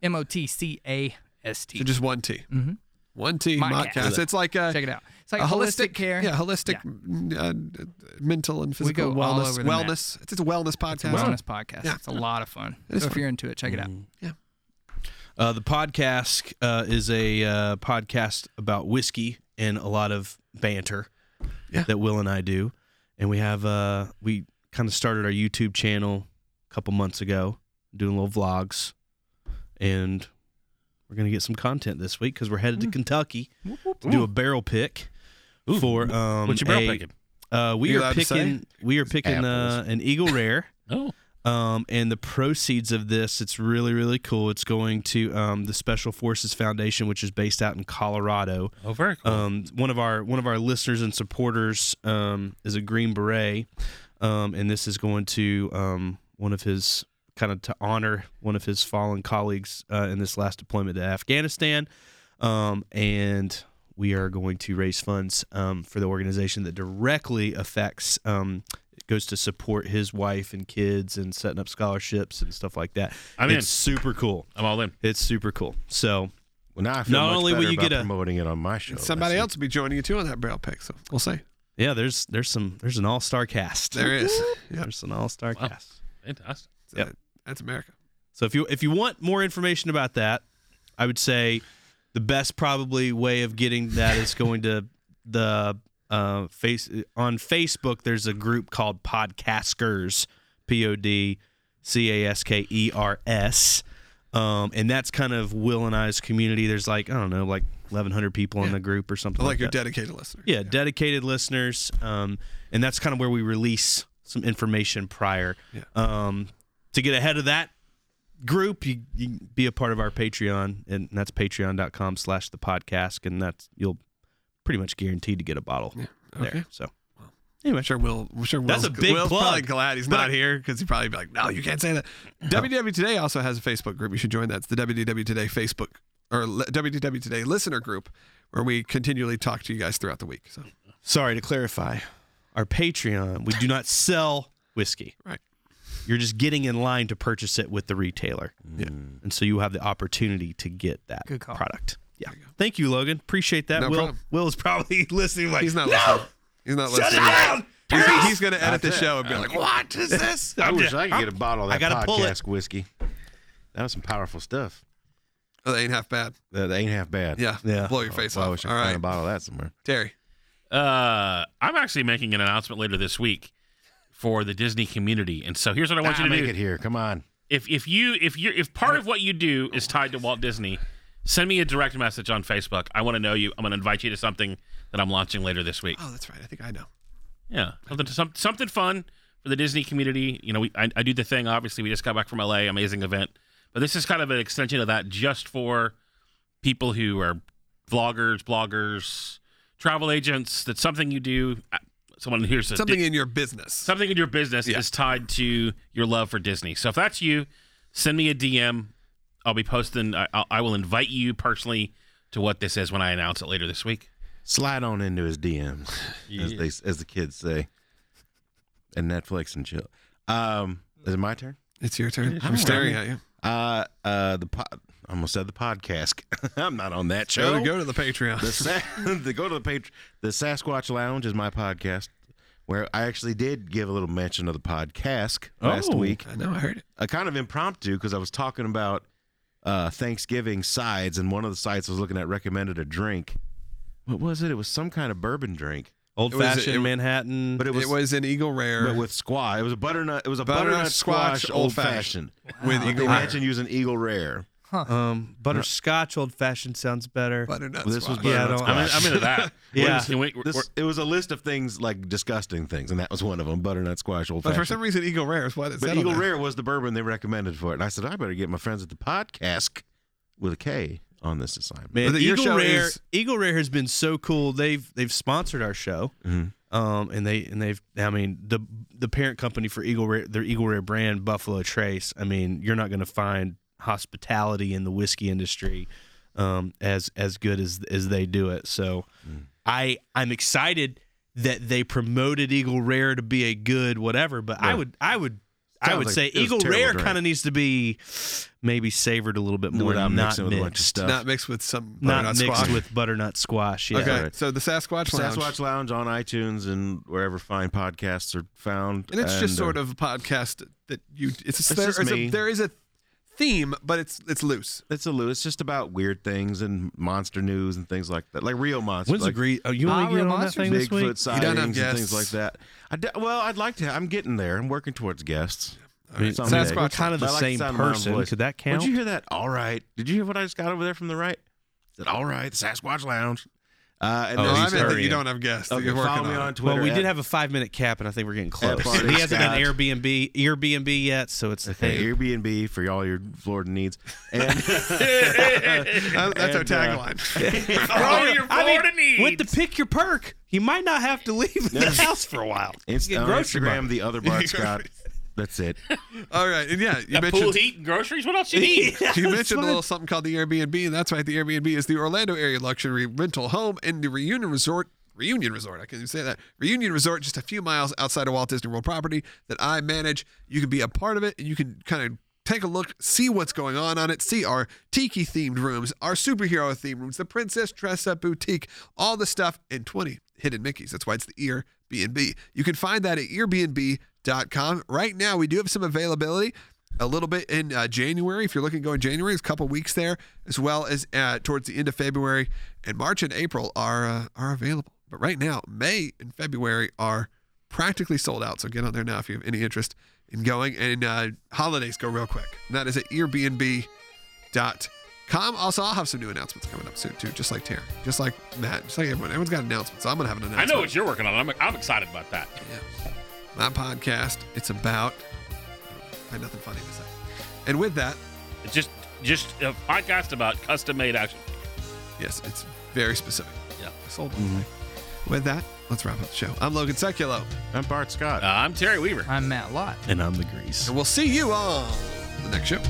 E: M O T C A S T.
A: So just one T. Mm-hmm. One T.
E: Mottcast.
A: Mottcast. It's like a,
E: Check it out. It's like
A: a
E: holistic, care.
A: Yeah, holistic uh, mental and
E: We
A: physical
E: go all
A: wellness.
E: over the map.
A: wellness. It's, it's a wellness
E: It's a
A: podcast.
E: wellness podcast.
A: Yeah.
E: It's a lot of fun.
A: It is
E: so
A: fun.
E: if
A: Mm.
E: you're into it, check it out.
F: Uh, the podcast uh, is a uh, podcast about whiskey and a lot of banter
A: Yeah.
F: that Will and I do, and we have uh, we kind of started our YouTube channel a couple months ago, doing little vlogs, and we're gonna get some content this week because we're headed to Kentucky to do a barrel pick for um.
D: what you barrel
F: a-
D: picking?
F: Uh, we
A: You
F: are
A: allowed to say?
F: picking we are picking uh,
C: apples.
F: an Eagle Rare.
D: Oh,
F: Um, and the proceeds of this, it's really, really cool. It's going to um, the Special Forces Foundation, which is based out in Colorado.
D: oh, very cool.
A: uh,
F: Um, one of our one of our listeners and supporters um, is a Green Beret, um, and this is going to um, one of his kind of to honor one of his fallen colleagues uh, in this last deployment to Afghanistan, um, and we are going to raise funds um, for the organization that directly affects. Um, it goes to support his wife and kids and setting up scholarships and stuff like that.
D: I'm in.
F: it's super cool.
D: I'm all in.
F: It's super cool. So
C: Well, now I feel
F: Not
C: much
F: only will
C: better
F: you
C: about
F: get a-
C: promoting it on my show.
A: Somebody
C: That's-
A: else will be joining you too on that braille pick, so we'll see.
F: Yeah, there's there's some there's an all star cast.
A: There is. Yep.
F: There's an all star
D: Wow.
F: cast.
D: Fantastic.
F: Yep.
A: That's America.
F: So if you if you want more information about that, I would say the best probably way of getting that is going to <laughs> the uh, face on Facebook. There's a group called Podcaskers, P O D C A S K E R S, um, and that's kind of Will and I's community. There's like I don't know, like 1,100 people in the group or
A: I
F: something.
A: like,
F: Like,
A: your
F: that.
A: dedicated listener.
F: yeah, dedicated listeners, um, and that's kind of where we release some information prior.
A: Yeah.
F: Um, to get ahead of that group, you, you can be a part of our Patreon, and that's patreon.com slash the podcast, and that's you'll pretty much guaranteed to get a bottle
A: okay.
F: there. So
A: I'm sure Will. I'm sure
F: That's
A: Will's,
F: a big
A: Will's probably
F: plug.
A: glad he's
F: But
A: not
F: I-
A: here because he'd probably be like, "No, you can't say that." WDW Today also has a Facebook group. You should join that. It's the WDW Today Facebook or li- WDW Today listener group where we continually talk to you guys throughout the week. So
F: sorry to clarify, our Patreon, we do not sell whiskey.
A: Right.
F: You're just getting in line to purchase it with the retailer.
A: Yeah.
F: And so you have the opportunity to get that
E: Good call.
F: product. Yeah. Thank you, Logan. Appreciate that.
A: No
F: Will
A: problem.
F: Will is probably <laughs> listening like
A: he's not
F: no!
A: listening. He's not listening. He's, he's going to edit the show and be like, "What is this?"
C: I wish I could get a bottle of
F: I
C: that
F: gotta pull it.
C: podcast whiskey. That was some powerful stuff.
A: Oh, that ain't half bad.
C: That, that ain't half bad.
A: Yeah,
F: Yeah.
A: Blow your face
C: Well, I
A: off.
C: wish I
A: All
C: could find
A: right,
C: a bottle of that somewhere.
A: Terry.
D: Uh, I'm actually making an announcement later this week for the Disney community, and so here's what I want
C: Ah,
D: you to
C: make
D: do.
C: it here. Come on.
D: if if you if you if part of what you do is tied to Walt Disney, send me a direct message on Facebook. I want to know you. I'm going to invite you to something that I'm launching later this week.
A: Oh, that's right. I think I know.
D: Yeah, something to, some, something fun for the Disney community. You know, we I, I do the thing. Obviously, we just got back from LA, amazing event. But this is kind of an extension of that, just for people who are vloggers, bloggers, travel agents. That's something you do. Uh, Someone here's a
A: Something in your business.
D: something in your business is tied to your love for Disney. So if that's you, send me a DM. I'll be posting. I, I'll- I will invite you personally to what this is when I announce it later this week.
C: Slide on into his
F: <laughs>
C: DMs, as they as the kids say, and Netflix and chill. Um, is it my turn?
A: It's your turn.
C: I'm
A: I'm staring
C: ready.
A: at you.
C: Uh, uh, the pod. I almost said the podcast. <laughs> I'm not on that show.
A: Go to, go to the Patreon.
C: The, Sa- <laughs> the go to the page. The Sasquatch Lounge is my podcast, where I actually did give a little mention of the podcast last
F: Oh.
C: week,
A: I know. I heard it.
C: uh, kind of impromptu because I was talking about uh, Thanksgiving sides, and one of the sites I was looking at recommended a drink. What was it? It was some kind of bourbon drink,
F: Old
A: was- it-
F: fashioned Manhattan.
C: but it
A: It was,
C: was,
A: an Eagle Rare.
C: but with squash. It was a butternut. It was a
A: Butternut
C: butternut,
A: squash
C: squash,
A: old
C: old
A: fashioned.
C: fashioned.
A: With Eagle Rare.
C: Imagine using Eagle Rare.
F: um, butterscotch old fashioned sounds better.
A: butternut.
C: This was
A: squash.
F: Yeah, I
C: butternut
F: don't-
D: I'm,
C: squash.
D: in, I'm into that.
F: Yeah.
D: Can we- we're-
C: This, it was a list of things like disgusting things, and that was one of them. Butternut squash, old
A: But for
C: fashioned.
A: some reason, Eagle Rare is what it's
C: But Eagle Rare was the bourbon they recommended for it, and I said I better get my friends at the podcast with a K on this assignment.
F: Man,
A: But your
F: Eagle
A: show
F: Rare,
A: is-
F: Eagle Rare has been so cool. They've they've sponsored our show,
C: Mhm.
F: um, and they and they've. I mean, the the parent company for Eagle Rare, their Eagle Rare brand, Buffalo Trace. I mean, you're not going to find hospitality in the whiskey industry um, as as good as as they do it. So,
C: Mm.
F: I I'm excited that they promoted Eagle Rare to be a good whatever. But I
C: Yeah.
F: would I would. I
C: Sounds
F: would
C: like
F: say
C: it was a
F: Eagle
C: terrible
F: Rare
C: drink.
F: kind of needs to be maybe savored a little bit more,
C: Without
F: not
C: mixing with a bunch of
F: mixed
C: stuff.
A: not mixed with some
F: not
A: butternut
F: mixed
A: squash.
F: with butternut squash. Yeah.
A: okay,
C: Right.
A: so the Sasquatch Lounge,
C: Sasquatch Lounge on iTunes and wherever fine podcasts are found. uh,
A: and it's just sort of a podcast that you. It's, a, there,
C: just
A: is a,
C: me.
A: there is a theme, but it's it's loose.
C: It's a little. It's just about weird things and monster news and things like that, like real monsters.
F: When's
C: like
F: the green? Oh, you
E: Ah,
F: want to
E: Real
F: get on that
E: Monsters?
F: thing this week?
C: Bigfoot
A: don't have
C: sightings and
A: guests.
C: things like that. I d- well, I'd like to. I'm getting there. I'm working towards guests. Someday.
A: Sasquatch
F: we're kind of
C: But
F: the
C: I like
F: same
C: sound of my own
F: person.
C: voice.
F: Could that count?
C: Did you hear that? All right. Did you hear what I just got over there from the right? Said all right, the Sasquatch Lounge. Uh, and
F: Oh,
A: no,
C: then
A: I
C: he
F: he's
A: meant that you
F: hurrying.
A: don't have guests.
C: Okay,
A: you're
C: follow
A: working
C: me
A: on.
C: on
A: it.
C: Twitter.
F: well, we
C: at-
F: did have a five minute cap, and I think we're getting close.
C: Barney
F: he hasn't done
C: Scott.
F: Airbnb, Airbnb yet, so it's the
C: Hey,
F: thing.
C: Airbnb for all your Florida needs.
F: <laughs>
C: And
A: Uh, that's our
C: And, uh,
A: tagline. <laughs>
D: all your
F: I mean,
D: Florida needs.
F: with the pick your perk, he might not have to leave the house for a while.
C: Inst-
F: Get
C: on
F: grocery
C: Instagram,
F: money.
C: the other
F: <laughs>
C: Bart Scott. That's it.
A: All right, and
C: <laughs>
A: yeah, you
D: a pool
A: mentioned
D: heat and groceries. What else
A: <laughs>
D: you need?
A: You mentioned a little something called the Airbnb, and that's right. The Airbnb is the Orlando area luxury rental home and the Reunion Resort. Reunion Resort, I can't even say that. Reunion Resort, just a few miles outside of Walt Disney World property that I manage. You can be a part of it, and you can kind of Take a look, see what's going on on it, see our tiki themed rooms, our superhero themed rooms, the Princess Dress Up Boutique, all the stuff, and 20 hidden Mickeys. That's why it's the ear B&B. You can find that at earbnb.com. Right now, we do have some availability a little bit in uh, January. If you're looking to go in January, there's a couple weeks there, as well as uh, towards the end of February and March and April are uh, are available. But right now, May and February are practically sold out. So get on there now if you have any interest in going. And uh, holidays go real quick. And that is at earbnb.com. Also, I'll have some new announcements coming up soon too, just like Terry, just like Matt, just like everyone. Everyone's got announcements. So I'm gonna have an
D: I
A: announcement.
D: know what you're working on. I'm, I'm excited about that.
A: My podcast. It's about. I had nothing funny to say. And with that.
D: It's just just a podcast about custom made action.
A: Yes, it's very specific.
D: Yeah.
A: I sold one. With that, let's wrap up the show. I'm Logan Seculo,
C: I'm Bart Scott.
D: Uh, I'm Terry Weaver.
E: I'm Matt Lott.
F: And I'm the grease.
A: and we'll see you on the next show.